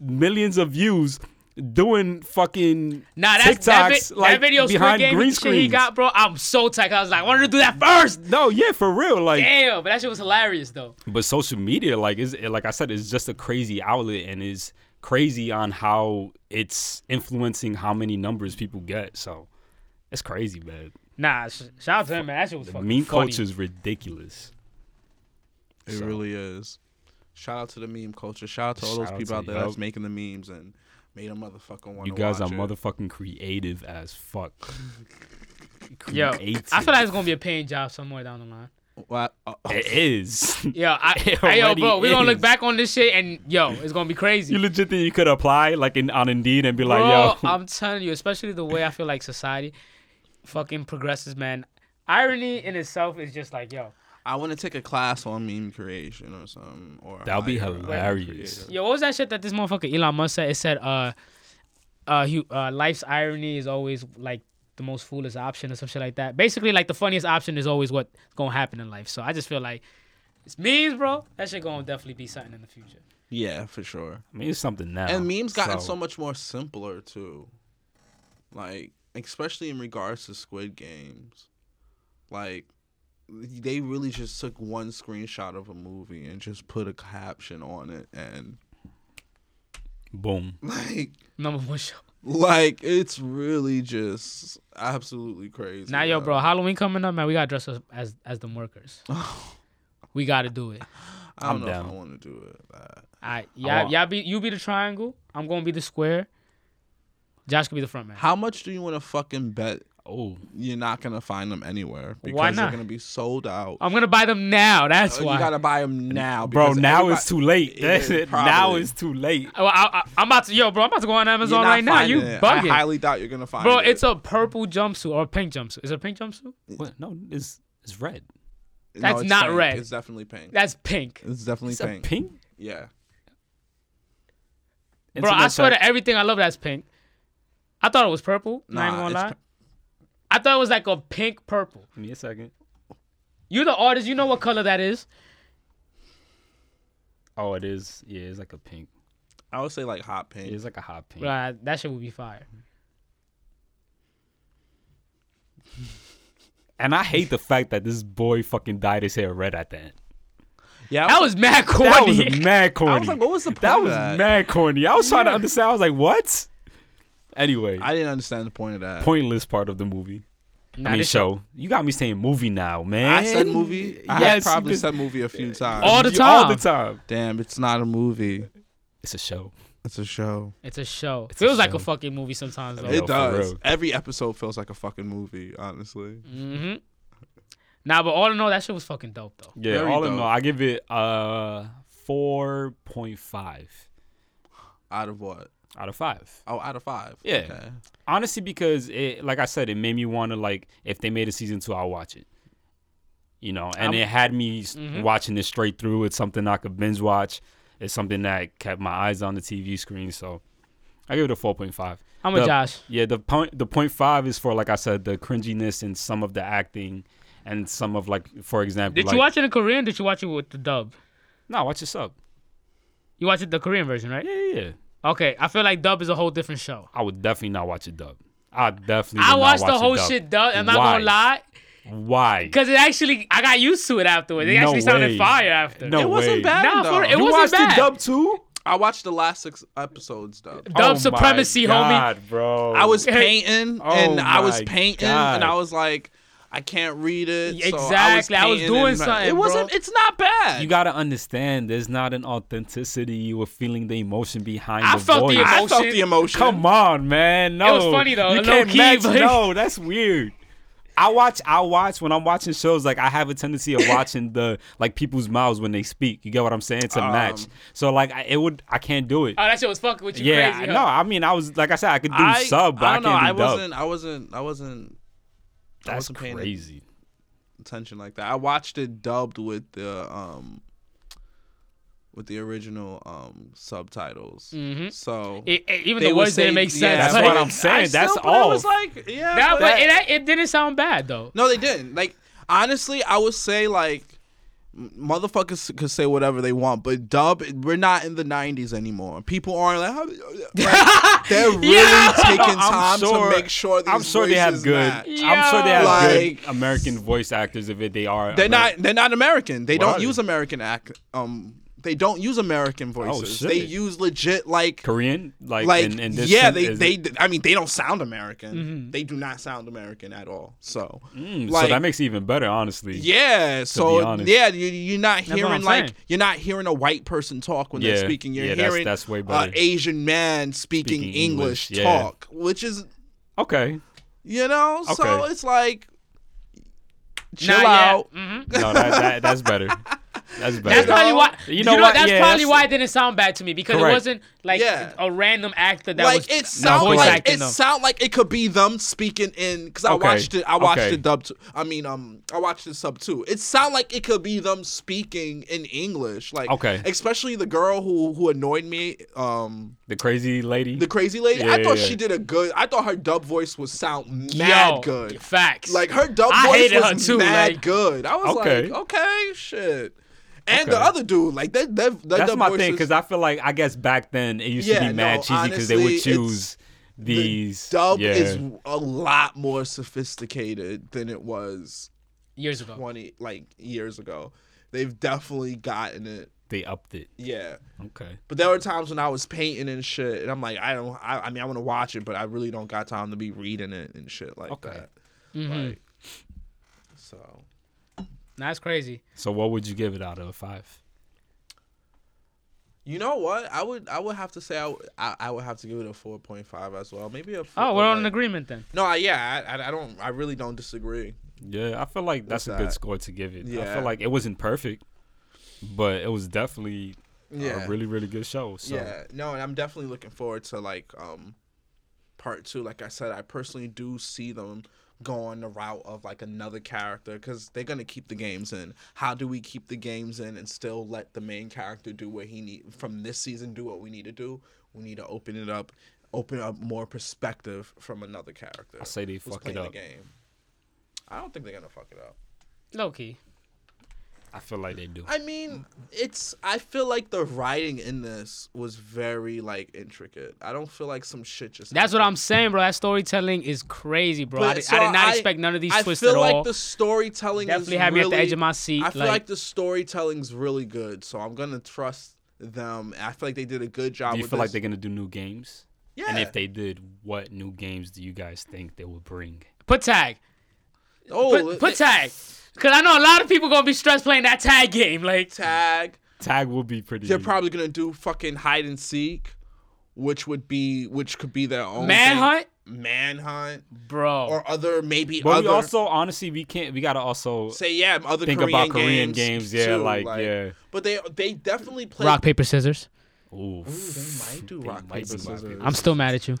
Speaker 6: millions of views doing fucking
Speaker 3: Nah, that's that,
Speaker 6: TikToks
Speaker 3: vi-
Speaker 6: like
Speaker 3: that video Squid
Speaker 6: behind
Speaker 3: Game
Speaker 6: green
Speaker 3: shit he
Speaker 6: screens.
Speaker 3: got, bro. I'm so tight. I was like, I wanted to do that first.
Speaker 6: No, yeah, for real. Like,
Speaker 3: Damn, but that shit was hilarious though.
Speaker 6: but social media like is like i said it's just a crazy outlet and is crazy on how it's influencing how many numbers people get so it's crazy man
Speaker 3: Nah, sh- shout out to him, man. That shit was fucking
Speaker 6: meme
Speaker 3: funny.
Speaker 6: culture is ridiculous
Speaker 2: It really is. Shout out to the meme culture. Shout out to all
Speaker 6: Shout out
Speaker 2: those people
Speaker 6: to
Speaker 2: out there
Speaker 6: y'all.
Speaker 2: that's making the memes and made a motherfucker want
Speaker 6: you guys are
Speaker 2: watch it.
Speaker 6: motherfucking creative as fuck
Speaker 3: Yo,
Speaker 6: Creative.
Speaker 3: I feel like it's gonna be a paying job somewhere down the line.
Speaker 2: What? Uh, uh,
Speaker 6: it is
Speaker 3: Yo, I,
Speaker 6: It
Speaker 3: hey, yo,
Speaker 6: already
Speaker 3: bro, we gonna look
Speaker 6: is.
Speaker 3: back on this shit and yo, it's gonna be crazy.
Speaker 6: you legit think you could apply like in on indeed and be like
Speaker 3: Bro,
Speaker 6: yo
Speaker 3: I'm telling you, especially the way I feel like society fucking progresses, man. Irony in itself is just like, yo,
Speaker 2: I want to take a class on meme creation or something. Or
Speaker 6: that'll be
Speaker 2: how you're a
Speaker 6: hilarious
Speaker 2: creator.
Speaker 3: yo, what was that shit that this motherfucker Elon Musk said? It said, uh, uh, hu uh, life's irony is always like the most foolish option or some shit like that. Basically, like the funniest option is always what's gonna happen in life. So I just feel like it's memes, bro. That shit gonna definitely be something in the future.
Speaker 2: Yeah, for sure.
Speaker 6: i mean it's something now
Speaker 2: And memes gotten so.
Speaker 6: Um, so
Speaker 2: much more simpler too. Like, especially in regards to Squid Games. Like they really just took one screenshot of a movie and just put a caption on it and
Speaker 6: boom
Speaker 2: like
Speaker 3: Number one show.
Speaker 2: like it's really just absolutely crazy.
Speaker 3: Now, yo,
Speaker 2: man.
Speaker 3: bro, Halloween coming up, man. We gotta dress up as as the workers. we gotta do it.
Speaker 2: I don't
Speaker 6: I'm
Speaker 2: know if
Speaker 6: down.
Speaker 2: I want to do it. Uh,
Speaker 3: I
Speaker 6: I
Speaker 3: yeah,
Speaker 6: want-
Speaker 3: y'all be you be the triangle. I'm gonna be the square. Josh could be the front man.
Speaker 2: How much do you want to fucking bet
Speaker 6: oh
Speaker 2: you're not gonna find them anywhere because
Speaker 3: not?
Speaker 2: they're gonna be sold out.
Speaker 3: I'm gonna buy them now. That's
Speaker 2: Uh,
Speaker 3: why.
Speaker 2: You gotta buy them now,
Speaker 6: bro
Speaker 2: because
Speaker 6: now
Speaker 2: everybody-
Speaker 6: it's too late
Speaker 2: It
Speaker 6: that's
Speaker 2: is,
Speaker 6: it now
Speaker 2: probably.
Speaker 6: it's too late
Speaker 3: Well, I, I, I'm about to yo, bro. I'm about to go on
Speaker 2: You're
Speaker 3: Amazon
Speaker 2: not
Speaker 3: right now. You
Speaker 2: finding it. I
Speaker 3: bugging,
Speaker 2: highly doubt you're gonna find
Speaker 3: bro?
Speaker 2: it.
Speaker 3: It's a purple jumpsuit or a pink jumpsuit. Is it a pink jumpsuit?
Speaker 6: what no it's it's red
Speaker 2: No,
Speaker 3: that's
Speaker 2: it's
Speaker 3: not
Speaker 2: pink.
Speaker 3: red.
Speaker 2: It's definitely pink.
Speaker 3: That's pink,
Speaker 2: It's definitely
Speaker 6: It's
Speaker 2: pink.
Speaker 6: a pink.
Speaker 2: Yeah.
Speaker 3: bro. I
Speaker 6: Internet
Speaker 3: swear
Speaker 6: type-
Speaker 3: to everything I love, that's pink. I thought it was purple.
Speaker 2: Nah,
Speaker 3: not even gonna
Speaker 2: it's
Speaker 3: lie.
Speaker 2: pi-
Speaker 3: I thought it was like a pink purple.
Speaker 6: Give me a second.
Speaker 3: You're the artist. You know what color that is.
Speaker 6: Oh, it is. Yeah, it's like a pink.
Speaker 2: I would say like hot pink.
Speaker 6: It's like a hot pink.
Speaker 3: Right, that shit would be fire.
Speaker 6: And I hate the fact that this boy fucking dyed his hair red at the end.
Speaker 2: Yeah. I
Speaker 3: That was mad corny.
Speaker 6: That was mad corny.
Speaker 2: I was like, what was the point?
Speaker 6: that
Speaker 2: of
Speaker 6: was mad corny. I was trying to understand. I was like, what? Anyway,
Speaker 2: I didn't understand the point of that.
Speaker 6: pointless part of the movie.
Speaker 3: Nah,
Speaker 6: I mean,
Speaker 3: this
Speaker 6: show. You got me saying movie now, man.
Speaker 2: I said movie. I
Speaker 6: Yes,
Speaker 2: have probably
Speaker 6: but-
Speaker 2: said movie a few times.
Speaker 3: All the
Speaker 6: You- All the
Speaker 3: time.
Speaker 6: time.
Speaker 2: Damn, it's not a movie.
Speaker 6: It's a show.
Speaker 2: It's a show.
Speaker 3: It's a show. It
Speaker 6: a
Speaker 3: feels like
Speaker 6: show.
Speaker 3: a fucking movie sometimes. Though.
Speaker 6: Yo,
Speaker 2: It
Speaker 6: for
Speaker 2: does.
Speaker 6: real.
Speaker 2: Every episode feels like a fucking movie, honestly.
Speaker 3: hmm Nah, but all in all, that shit was fucking dope though.
Speaker 6: Yeah.
Speaker 2: Very
Speaker 6: all in
Speaker 2: dope.
Speaker 6: all, I give it uh four point five
Speaker 2: Out of what?
Speaker 6: out of five.
Speaker 2: Oh, out of five.
Speaker 6: Yeah.
Speaker 2: Okay.
Speaker 6: honestly because it like i said it made me want to like if they made a season two i'll watch it you know and
Speaker 3: I'm-
Speaker 6: it had me s watching it straight through it's something i could binge watch it's something that kept my eyes on the tv screen so i give it a 4.5
Speaker 3: I'm a
Speaker 6: The-
Speaker 3: Josh.
Speaker 6: yeah the point the point five is for like i said the cringiness and some of the acting and some of like for example
Speaker 3: Did
Speaker 6: like,
Speaker 3: you watch it in Korean? Did you watch it with the dub?
Speaker 6: no watch this up
Speaker 3: You watched it the Korean version, right?
Speaker 6: yeah yeah, yeah
Speaker 3: Okay, I feel like dub is a whole different show.
Speaker 6: i would definitely not watch it dub i definitely
Speaker 3: I
Speaker 6: would not
Speaker 3: watched the
Speaker 6: watch it
Speaker 3: whole
Speaker 6: dubbed.
Speaker 3: shit dub. I'm not
Speaker 6: Why?
Speaker 3: gonna lie,
Speaker 6: why
Speaker 3: because it actually I got used to it afterwards. It
Speaker 6: No
Speaker 3: actually sounded
Speaker 6: way.
Speaker 3: fire after.
Speaker 6: No
Speaker 2: It wasn't
Speaker 6: way.
Speaker 2: bad.
Speaker 3: Nah,
Speaker 2: though.
Speaker 3: for- it
Speaker 6: you
Speaker 3: wasn't
Speaker 6: watched
Speaker 3: bad.
Speaker 6: the dub too
Speaker 2: I watched the last six episodes though.
Speaker 3: Dub supremacy, homie.
Speaker 6: homie. Oh Bro.
Speaker 2: I was
Speaker 3: Hey.
Speaker 2: painting
Speaker 6: Oh
Speaker 2: and I was
Speaker 6: my
Speaker 2: painting
Speaker 6: God.
Speaker 2: and I was like, I can't read it. so
Speaker 3: Exactly, I was
Speaker 2: painting
Speaker 3: doing
Speaker 2: and-
Speaker 3: something,
Speaker 2: It wasn't.
Speaker 3: bro.
Speaker 2: It's not bad.
Speaker 6: You gotta understand, there's not an authenticity or feeling the emotion behind.
Speaker 3: I
Speaker 6: the
Speaker 3: felt the emo-
Speaker 6: voice.
Speaker 2: I felt
Speaker 3: emotion.
Speaker 2: the emotion.
Speaker 6: Come on, man. No,
Speaker 3: was funny, though,
Speaker 6: You
Speaker 3: low
Speaker 6: can't
Speaker 3: key,
Speaker 6: match.
Speaker 3: but-
Speaker 6: No, that's weird. I watch. I watch when I'm watching shows. Like I have a tendency of watching the like people's mouths when they speak. You get what I'm saying?
Speaker 3: Um,
Speaker 6: To match. So like I, it would. I can't do it.
Speaker 3: Oh, that shit was fucking with you
Speaker 6: yeah.
Speaker 3: crazy.
Speaker 6: I-
Speaker 3: huh?
Speaker 6: No. I mean, I was like I said, I could do
Speaker 2: I,
Speaker 6: sub, but I,
Speaker 2: I don't know. I
Speaker 6: can't do dub.
Speaker 2: wasn't. I wasn't. I wasn't. I
Speaker 6: that's
Speaker 2: wasn't paying it.
Speaker 6: crazy.
Speaker 2: attention like that. I watched it dubbed with the um with the original um subtitles.
Speaker 3: Mhm.
Speaker 2: So
Speaker 3: It, it- even
Speaker 2: They
Speaker 3: the
Speaker 2: would
Speaker 3: words didn't
Speaker 2: say-
Speaker 3: make
Speaker 2: yeah,
Speaker 3: sense.
Speaker 6: That's
Speaker 3: Like,
Speaker 6: what I'm
Speaker 2: I
Speaker 6: saying.
Speaker 2: still-
Speaker 6: That's
Speaker 2: but I
Speaker 6: all.
Speaker 2: was like, yeah,
Speaker 3: No,
Speaker 2: but-
Speaker 3: but it, it didn't sound bad though.
Speaker 2: No, they didn't. Like honestly, I would say like m- motherfuckers could say whatever they want, but dub we're not in the '90s anymore. People aren't like, like, they're really
Speaker 3: Yeah.
Speaker 2: taking
Speaker 6: No,
Speaker 2: time
Speaker 6: I'm sure-
Speaker 2: to make sure these
Speaker 6: I'm sure they have
Speaker 2: voices
Speaker 6: good.
Speaker 2: match.
Speaker 6: I'm sure they have
Speaker 2: Like-
Speaker 6: good American voice actors if it, they are.
Speaker 2: They're
Speaker 6: Ameri-
Speaker 2: not. They're not American. They
Speaker 6: are
Speaker 2: don't
Speaker 6: they?
Speaker 2: use American act. Um, they don't use American voices.
Speaker 6: Oh, shit.
Speaker 2: they use legit like.
Speaker 6: Korean. Like,
Speaker 2: Like
Speaker 6: in, in this
Speaker 2: yeah,
Speaker 6: sense,
Speaker 2: they
Speaker 6: is-
Speaker 2: they I mean they don't sound American.
Speaker 3: Mm-hmm.
Speaker 2: They do not sound American at all. So
Speaker 6: Mm, so
Speaker 2: like-
Speaker 6: that makes it even better, honestly.
Speaker 2: Yeah, so
Speaker 6: honest.
Speaker 2: yeah, you, you're not
Speaker 3: what I'm
Speaker 2: hearing
Speaker 3: saying.
Speaker 2: like you're not hearing a white person talk when
Speaker 6: Yeah,
Speaker 2: they're speaking. You're
Speaker 6: yeah, that's-
Speaker 2: hearing
Speaker 6: that's way
Speaker 2: uh,
Speaker 6: better.
Speaker 2: Asian man speaking,
Speaker 6: Speaking English,
Speaker 2: English,
Speaker 6: yeah.
Speaker 2: talk, which is
Speaker 6: Okay.
Speaker 2: you know, so
Speaker 6: Okay.
Speaker 2: it's like chill
Speaker 3: Not yet.
Speaker 2: out.
Speaker 3: Mhm.
Speaker 6: No, that, that, that's better. That's better.
Speaker 3: That's probably why.
Speaker 6: You
Speaker 3: You
Speaker 6: know
Speaker 3: know,
Speaker 6: what?
Speaker 3: That's
Speaker 6: Yeah,
Speaker 3: probably
Speaker 6: that's-
Speaker 3: why it didn't sound bad to me because it
Speaker 6: Correct.
Speaker 3: wasn't like
Speaker 2: Yeah.
Speaker 3: a random actor that was
Speaker 2: like it sound
Speaker 6: voice
Speaker 2: like
Speaker 3: acting
Speaker 2: it
Speaker 3: though.
Speaker 2: sound like it could be them speaking in because I
Speaker 6: Okay,
Speaker 2: watched it. I watched
Speaker 6: okay.
Speaker 2: the dub. T- I mean, um, I watched the sub too. It sound like it could be them speaking in English. Like
Speaker 6: Okay.
Speaker 2: especially the girl who who annoyed me. Um,
Speaker 6: The crazy lady.
Speaker 2: the crazy lady.
Speaker 6: Yeah,
Speaker 2: I thought
Speaker 6: yeah.
Speaker 2: she did a good. I thought her dub voice was sound
Speaker 3: Yo,
Speaker 2: mad good.
Speaker 3: Facts.
Speaker 2: Like her dub
Speaker 3: I
Speaker 2: voice
Speaker 3: hated
Speaker 2: was
Speaker 3: her too,
Speaker 2: mad
Speaker 3: like-
Speaker 2: good. I was
Speaker 6: Okay.
Speaker 2: like, okay, shit. And the
Speaker 6: Okay.
Speaker 2: other dude, like that, that, that
Speaker 6: That's
Speaker 2: dub
Speaker 6: my
Speaker 2: voice
Speaker 6: thing
Speaker 2: is-
Speaker 6: because I feel like I guess back then it used to
Speaker 2: Yeah,
Speaker 6: be
Speaker 2: no,
Speaker 6: mad cheesy because they would
Speaker 2: honestly,
Speaker 6: choose these.
Speaker 2: the dub
Speaker 6: yeah.
Speaker 2: is a lot more sophisticated than it was
Speaker 3: years ago.
Speaker 2: twenty like years ago. They've definitely gotten it.
Speaker 6: they upped it.
Speaker 2: Yeah.
Speaker 6: Okay.
Speaker 2: But there were times when I was painting and shit, and I'm like, I don't. I, I mean, I want to watch it, but I really don't got time to be reading it and shit like
Speaker 6: Okay.
Speaker 2: that.
Speaker 3: Mm-hmm.
Speaker 2: Like, so
Speaker 3: That's crazy.
Speaker 6: So what would you give it out of a five?
Speaker 2: you know what? I would. I would have to say I. would- I, I would have to give it a four point five as well. Maybe a.
Speaker 3: Oh, we're on an
Speaker 2: like-
Speaker 3: agreement then.
Speaker 2: No, I, yeah, I, I- I don't. I really don't disagree.
Speaker 6: Yeah, I feel like that's
Speaker 2: What's
Speaker 6: a good
Speaker 2: that?
Speaker 6: score to give it. I
Speaker 2: Yeah.
Speaker 6: feel like it wasn't perfect, but it was definitely
Speaker 2: Yeah.
Speaker 6: a really really good show. So
Speaker 2: Yeah, no, and I'm definitely looking forward to like um part two. Like I said, I personally do see them going the route of like another character because they're gonna keep the games in. How do we keep the games in and still let the main character do what he need from this season? Do what we need to do. We need to open it up, open up more perspective from another character.
Speaker 6: I say they
Speaker 2: who's
Speaker 6: fuck it
Speaker 2: playing
Speaker 6: up.
Speaker 2: The game. I don't think they're gonna fuck it up.
Speaker 3: Low key.
Speaker 6: I feel like they do.
Speaker 2: I mean, it's. I feel like the writing in this was very like intricate. I don't feel like some shit just.
Speaker 3: That's what I'm
Speaker 2: happened.
Speaker 3: saying, bro. That storytelling is crazy, bro. I
Speaker 2: But-
Speaker 3: did,
Speaker 2: so
Speaker 3: I did not expect none of these
Speaker 2: I
Speaker 3: twists
Speaker 2: feel
Speaker 3: at
Speaker 2: like
Speaker 3: all.
Speaker 2: the storytelling
Speaker 3: Definitely
Speaker 2: is
Speaker 3: had me
Speaker 2: really,
Speaker 3: at the edge of my seat,
Speaker 2: I feel
Speaker 3: like-
Speaker 2: like, the storytelling's really good, so I'm gonna trust them. I feel like they did a good job.
Speaker 6: Do you
Speaker 2: with
Speaker 6: feel like
Speaker 2: this.
Speaker 6: they're gonna do new games?
Speaker 2: Yeah.
Speaker 6: And if they did, what new games do you guys think they will bring?
Speaker 3: Put tag.
Speaker 2: oh
Speaker 3: Put, put tag. Cause I know a lot of people gonna be stressed playing that tag game. Like
Speaker 2: tag,
Speaker 6: Tag will be pretty.
Speaker 2: they're probably gonna do fucking hide and seek, which would be which could be their own thing.
Speaker 3: manhunt,
Speaker 2: manhunt,
Speaker 3: bro.
Speaker 2: or other maybe
Speaker 6: Oh. But
Speaker 2: other.
Speaker 6: we also honestly we can't. We gotta also
Speaker 2: say yeah, other
Speaker 6: think
Speaker 2: Korean games
Speaker 6: about Korean games.
Speaker 2: too,
Speaker 6: Yeah, like, yeah.
Speaker 2: But they they definitely play.
Speaker 3: Rock paper scissors.
Speaker 6: Oof.
Speaker 2: They might do
Speaker 6: They
Speaker 2: rock
Speaker 6: might
Speaker 2: paper
Speaker 6: do rock,
Speaker 2: scissors.
Speaker 3: I'm still mad at you.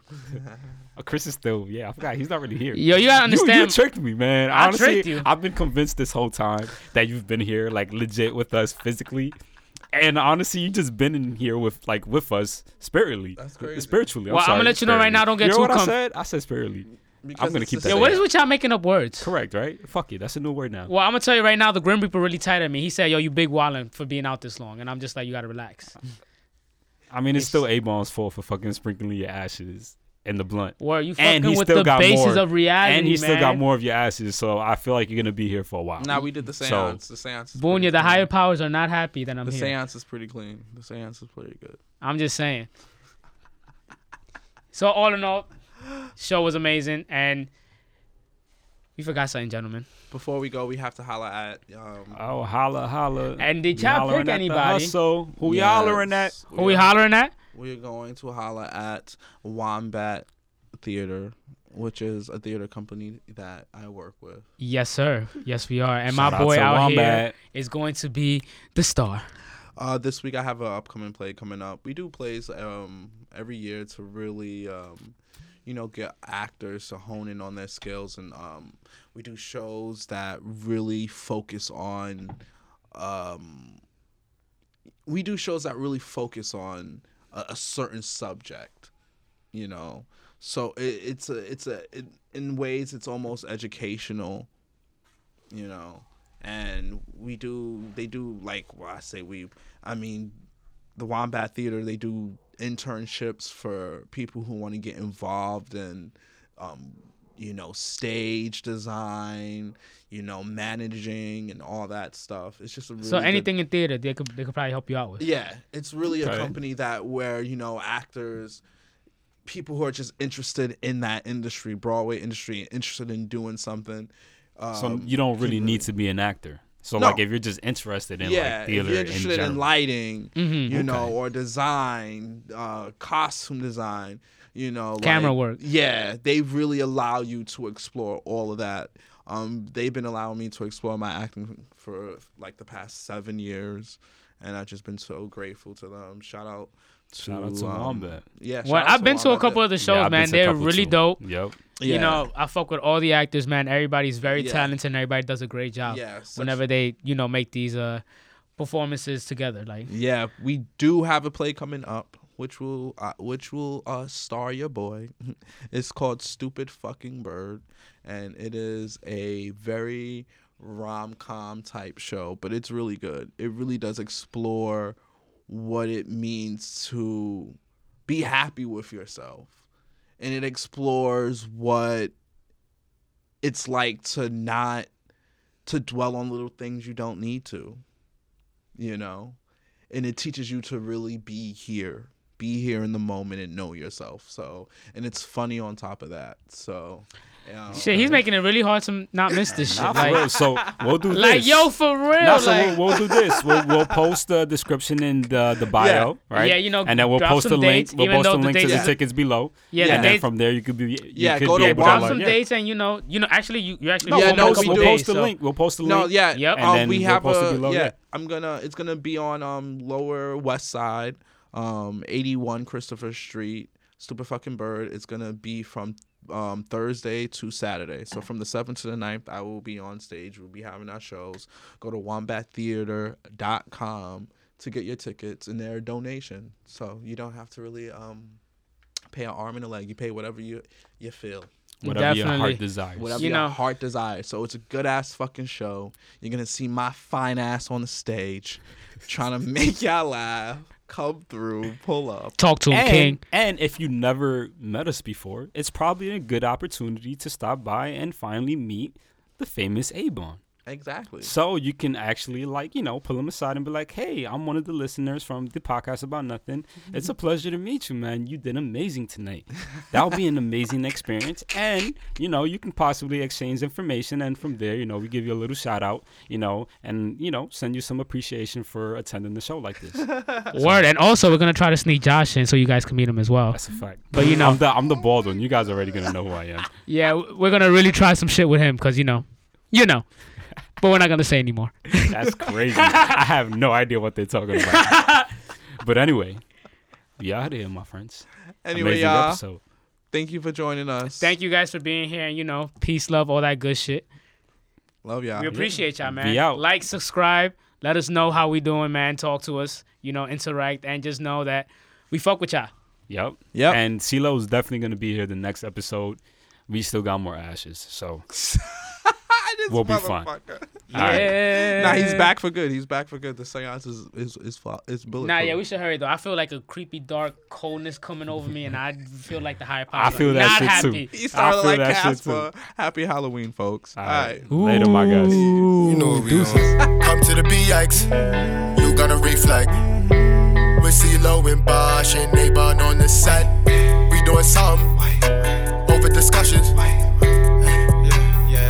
Speaker 6: Oh, Chris is still. Yeah, I forgot he's not really here.
Speaker 3: Yo, you gotta
Speaker 6: You,
Speaker 3: understand.
Speaker 6: you tricked me, man.
Speaker 3: I
Speaker 6: Honestly,
Speaker 3: tricked you.
Speaker 6: I've been convinced this whole time that you've been here, like legit with us physically, and honestly, you just been in here with like with us spiritually.
Speaker 2: That's crazy.
Speaker 6: Spiritually. I'm
Speaker 3: Well, I'm
Speaker 6: sorry,
Speaker 3: gonna let you know right
Speaker 6: spiritually.
Speaker 3: now, don't get
Speaker 6: you know
Speaker 3: too
Speaker 6: what I
Speaker 3: com-
Speaker 6: said. I said spiritually.
Speaker 2: Because
Speaker 6: I'm gonna
Speaker 2: it's
Speaker 6: keep
Speaker 2: the
Speaker 6: that
Speaker 3: Yo,
Speaker 2: same.
Speaker 3: what is with y'all making up words?
Speaker 6: Correct, right? Fuck it. That's a new word now.
Speaker 3: Well, I'm gonna tell you right now, the Grim Reaper really tight at me. He said, "Yo, you big wallin' for being out this long," and I'm just like, "You gotta relax."
Speaker 6: I mean, it's still A Bomb's fault for fucking sprinkling your ashes and the blunt.
Speaker 3: Where you fucking
Speaker 6: And he
Speaker 3: with
Speaker 6: still
Speaker 3: the
Speaker 6: got
Speaker 3: basis
Speaker 6: more.
Speaker 3: of reality,
Speaker 6: and he
Speaker 3: man.
Speaker 6: still got more of your ashes, so I feel like you're gonna be here for a while.
Speaker 2: Now we did the seance. the seance. is pretty
Speaker 3: Bunya, the
Speaker 2: clean.
Speaker 3: higher powers are not happy that I'm
Speaker 2: The
Speaker 3: here.
Speaker 2: seance is pretty clean. The seance is pretty good.
Speaker 3: I'm just saying. So all in all, show was amazing, and we forgot something, gentlemen.
Speaker 2: Before we go, we have to holler at. Um,
Speaker 6: Oh, holla, holla.
Speaker 3: And did y'all pick
Speaker 6: Hollering at the
Speaker 3: anybody?
Speaker 6: hustle. Who
Speaker 2: yes,
Speaker 6: y'all hollering at?
Speaker 3: Who we
Speaker 2: are-
Speaker 3: hollering at?
Speaker 2: We're going to holler at Wombat Theater, which is a theater company that I work with.
Speaker 3: Yes, sir. Yes, we are. And
Speaker 6: Shout
Speaker 3: my
Speaker 6: out
Speaker 3: boy
Speaker 6: to
Speaker 3: out
Speaker 6: Wombat.
Speaker 3: here is going to be the star.
Speaker 2: Uh, this week I have an upcoming play coming up. We do plays um every year to really um, you know, get actors to hone in on their skills, and um, we do shows that really focus on. Um, we do shows that really focus on a, a certain subject, you know. So it, it's a it's a it, in ways it's almost educational, you know. And we do they do like well I say we I mean the Wombat Theater they do internships for people who want to get involved in um, you know stage design, you know managing and all that stuff. It's just a really
Speaker 3: So
Speaker 2: good-
Speaker 3: anything in theater, they could they could probably help you out with.
Speaker 2: yeah, it's really a
Speaker 6: Okay.
Speaker 2: company that where you know actors, people who are just interested in that industry, Broadway industry, interested in doing something. Um,
Speaker 6: So you don't really need to be an actor. So
Speaker 2: No.
Speaker 6: like if you're just interested in
Speaker 2: yeah,
Speaker 6: like
Speaker 2: if
Speaker 6: theater
Speaker 2: you're
Speaker 6: in
Speaker 2: interested in,
Speaker 6: general.
Speaker 2: lighting,
Speaker 3: Mhm.
Speaker 2: you know, or design, uh, costume design, you know, like-
Speaker 3: Camera work.
Speaker 2: Yeah, they really allow you to explore all of that. Um, they've been allowing me to explore my acting for like the past seven years, and I've just been so grateful to them. Shout out. To,
Speaker 6: Shout out to
Speaker 2: um,
Speaker 6: Wombat.
Speaker 2: Yeah,
Speaker 3: Well,
Speaker 2: shout out
Speaker 3: I've been to a
Speaker 2: Wombat.
Speaker 3: couple of the shows,
Speaker 6: Yeah, I've been
Speaker 3: man.
Speaker 6: to a
Speaker 3: They're
Speaker 6: couple
Speaker 3: really
Speaker 6: too.
Speaker 3: dope.
Speaker 6: Yep.
Speaker 2: Yeah.
Speaker 3: You know, I fuck with all the actors, man. Everybody's very
Speaker 2: Yeah.
Speaker 3: talented and everybody does a great job.
Speaker 2: Yeah, such-
Speaker 3: Whenever they, you know, make these uh performances together. Like
Speaker 2: Yeah, we do have a play coming up, which will uh, which will uh, star your boy. it's called Stupid Fucking Bird, and it is a very rom com type show, but it's really good. It really does explore what it means to be happy with yourself, and it explores what it's like to not to dwell on little things you don't need to you know and it teaches you to really be here be here in the moment and know yourself so and it's funny on top of that so yeah.
Speaker 3: shit, he's making it really hard to not miss this shit.
Speaker 6: Nah, for real.
Speaker 3: Like,
Speaker 6: So we'll do this.
Speaker 3: like yo, for real.
Speaker 6: Nah, so
Speaker 3: like,
Speaker 6: we'll, we'll do this. We'll, we'll post the description in the, the bio, right?
Speaker 3: Yeah, you know,
Speaker 6: and then we'll
Speaker 3: drop
Speaker 6: post the
Speaker 3: some
Speaker 6: link.
Speaker 3: dates,
Speaker 6: we'll
Speaker 3: even
Speaker 6: post
Speaker 3: though
Speaker 6: the
Speaker 3: the
Speaker 6: link to the
Speaker 3: dates-
Speaker 6: tickets below.
Speaker 3: Yeah, the
Speaker 6: and then
Speaker 3: dates-
Speaker 6: from there you could be. You
Speaker 2: Yeah,
Speaker 6: could
Speaker 2: go
Speaker 6: be
Speaker 2: to
Speaker 6: able
Speaker 2: Wombat.
Speaker 3: drop
Speaker 6: to like,
Speaker 3: some
Speaker 6: yeah.
Speaker 3: dates and you know, you know, actually you, you actually
Speaker 2: Yeah,
Speaker 3: yeah,
Speaker 2: no,
Speaker 3: no, a
Speaker 2: we do.
Speaker 3: couple
Speaker 6: We'll
Speaker 3: days.
Speaker 6: post the
Speaker 3: so-
Speaker 6: link. We'll post the link.
Speaker 2: no yeah
Speaker 3: Yep.
Speaker 6: And
Speaker 2: um,
Speaker 6: then
Speaker 2: we
Speaker 6: we'll
Speaker 2: have
Speaker 6: post it
Speaker 2: a
Speaker 6: below,
Speaker 2: yeah,
Speaker 6: yeah.
Speaker 2: i'm gonna it's gonna be on um lower west side um 81 christopher street stupid fucking bird it's gonna be from um thursday to saturday so from the 7th to the 9th i will be on stage we'll be having our shows go to wombattheater.com to get your tickets and their donation so you don't have to really um pay an arm and a leg you pay whatever you you feel
Speaker 6: Whatever your
Speaker 3: Definitely.
Speaker 6: heart desires.
Speaker 2: whatever
Speaker 3: You
Speaker 2: your
Speaker 3: know-
Speaker 2: heart desires. So it's a good ass fucking show. You're gonna see my fine ass on the stage, trying to make y'all laugh. Come through, pull up.
Speaker 3: Talk to him,
Speaker 6: and,
Speaker 3: King.
Speaker 6: and if you never met us before, it's probably a good opportunity to stop by and finally meet the famous Abon.
Speaker 2: Exactly.
Speaker 6: So you can actually like, you know, pull him aside and be like, "Hey, I'm one of the listeners from the podcast about nothing. It's a pleasure to meet you, man. You did amazing tonight. That'll be an amazing experience." And, you know, you can possibly exchange information and from there, you know, we give you a little shout out, you know, and, you know, send you some appreciation for attending the show like this.
Speaker 3: Word. And also, we're gonna try to sneak Josh in so you guys can meet him as well.
Speaker 6: That's a fact.
Speaker 3: But, you know-
Speaker 6: I'm the I'm the bald one. You guys already going to know who I am.
Speaker 3: Yeah, w- we're gonna really try some shit with him because you know, you know. But we're not gonna say anymore.
Speaker 6: That's crazy. I have no idea what they're talking about. but anyway, we out here, my friends.
Speaker 2: Anyway,
Speaker 6: Amazing
Speaker 2: y'all,
Speaker 6: episode.
Speaker 2: thank you for joining us.
Speaker 3: Thank you guys for being here and you know, peace, love, all that good shit.
Speaker 2: Love y'all.
Speaker 3: We appreciate y'all, man.
Speaker 6: Be out.
Speaker 3: Like, subscribe, let us know how we doing, man. Talk to us, you know, interact, and just know that we fuck with y'all.
Speaker 6: Yep.
Speaker 2: Yep.
Speaker 6: And CeeLo is definitely going to be here the next episode. We still got more ashes, so
Speaker 2: This
Speaker 6: we'll be fine.
Speaker 2: motherfucker.
Speaker 6: all right.
Speaker 3: Yeah.
Speaker 2: Nah, he's back for good. He's back for good. The seance is is is, fa- is bulletproof.
Speaker 3: Nah, yeah, we should hurry though. I feel like a creepy, dark coldness coming over me, and I feel like the higher power.
Speaker 6: I feel that
Speaker 3: not
Speaker 6: shit
Speaker 3: happy.
Speaker 6: too.
Speaker 2: He
Speaker 6: I
Speaker 2: started
Speaker 6: feel
Speaker 2: like
Speaker 6: that shit
Speaker 2: Casper. Happy Halloween, folks.
Speaker 6: All
Speaker 2: All right.
Speaker 6: right. Later, my guys.
Speaker 4: You know what we on. Come to the BX. You got to reflect. We see low and Bosh and Nabon on the set. We doing something. Over discussions.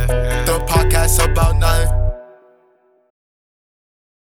Speaker 4: The podcast about nothing.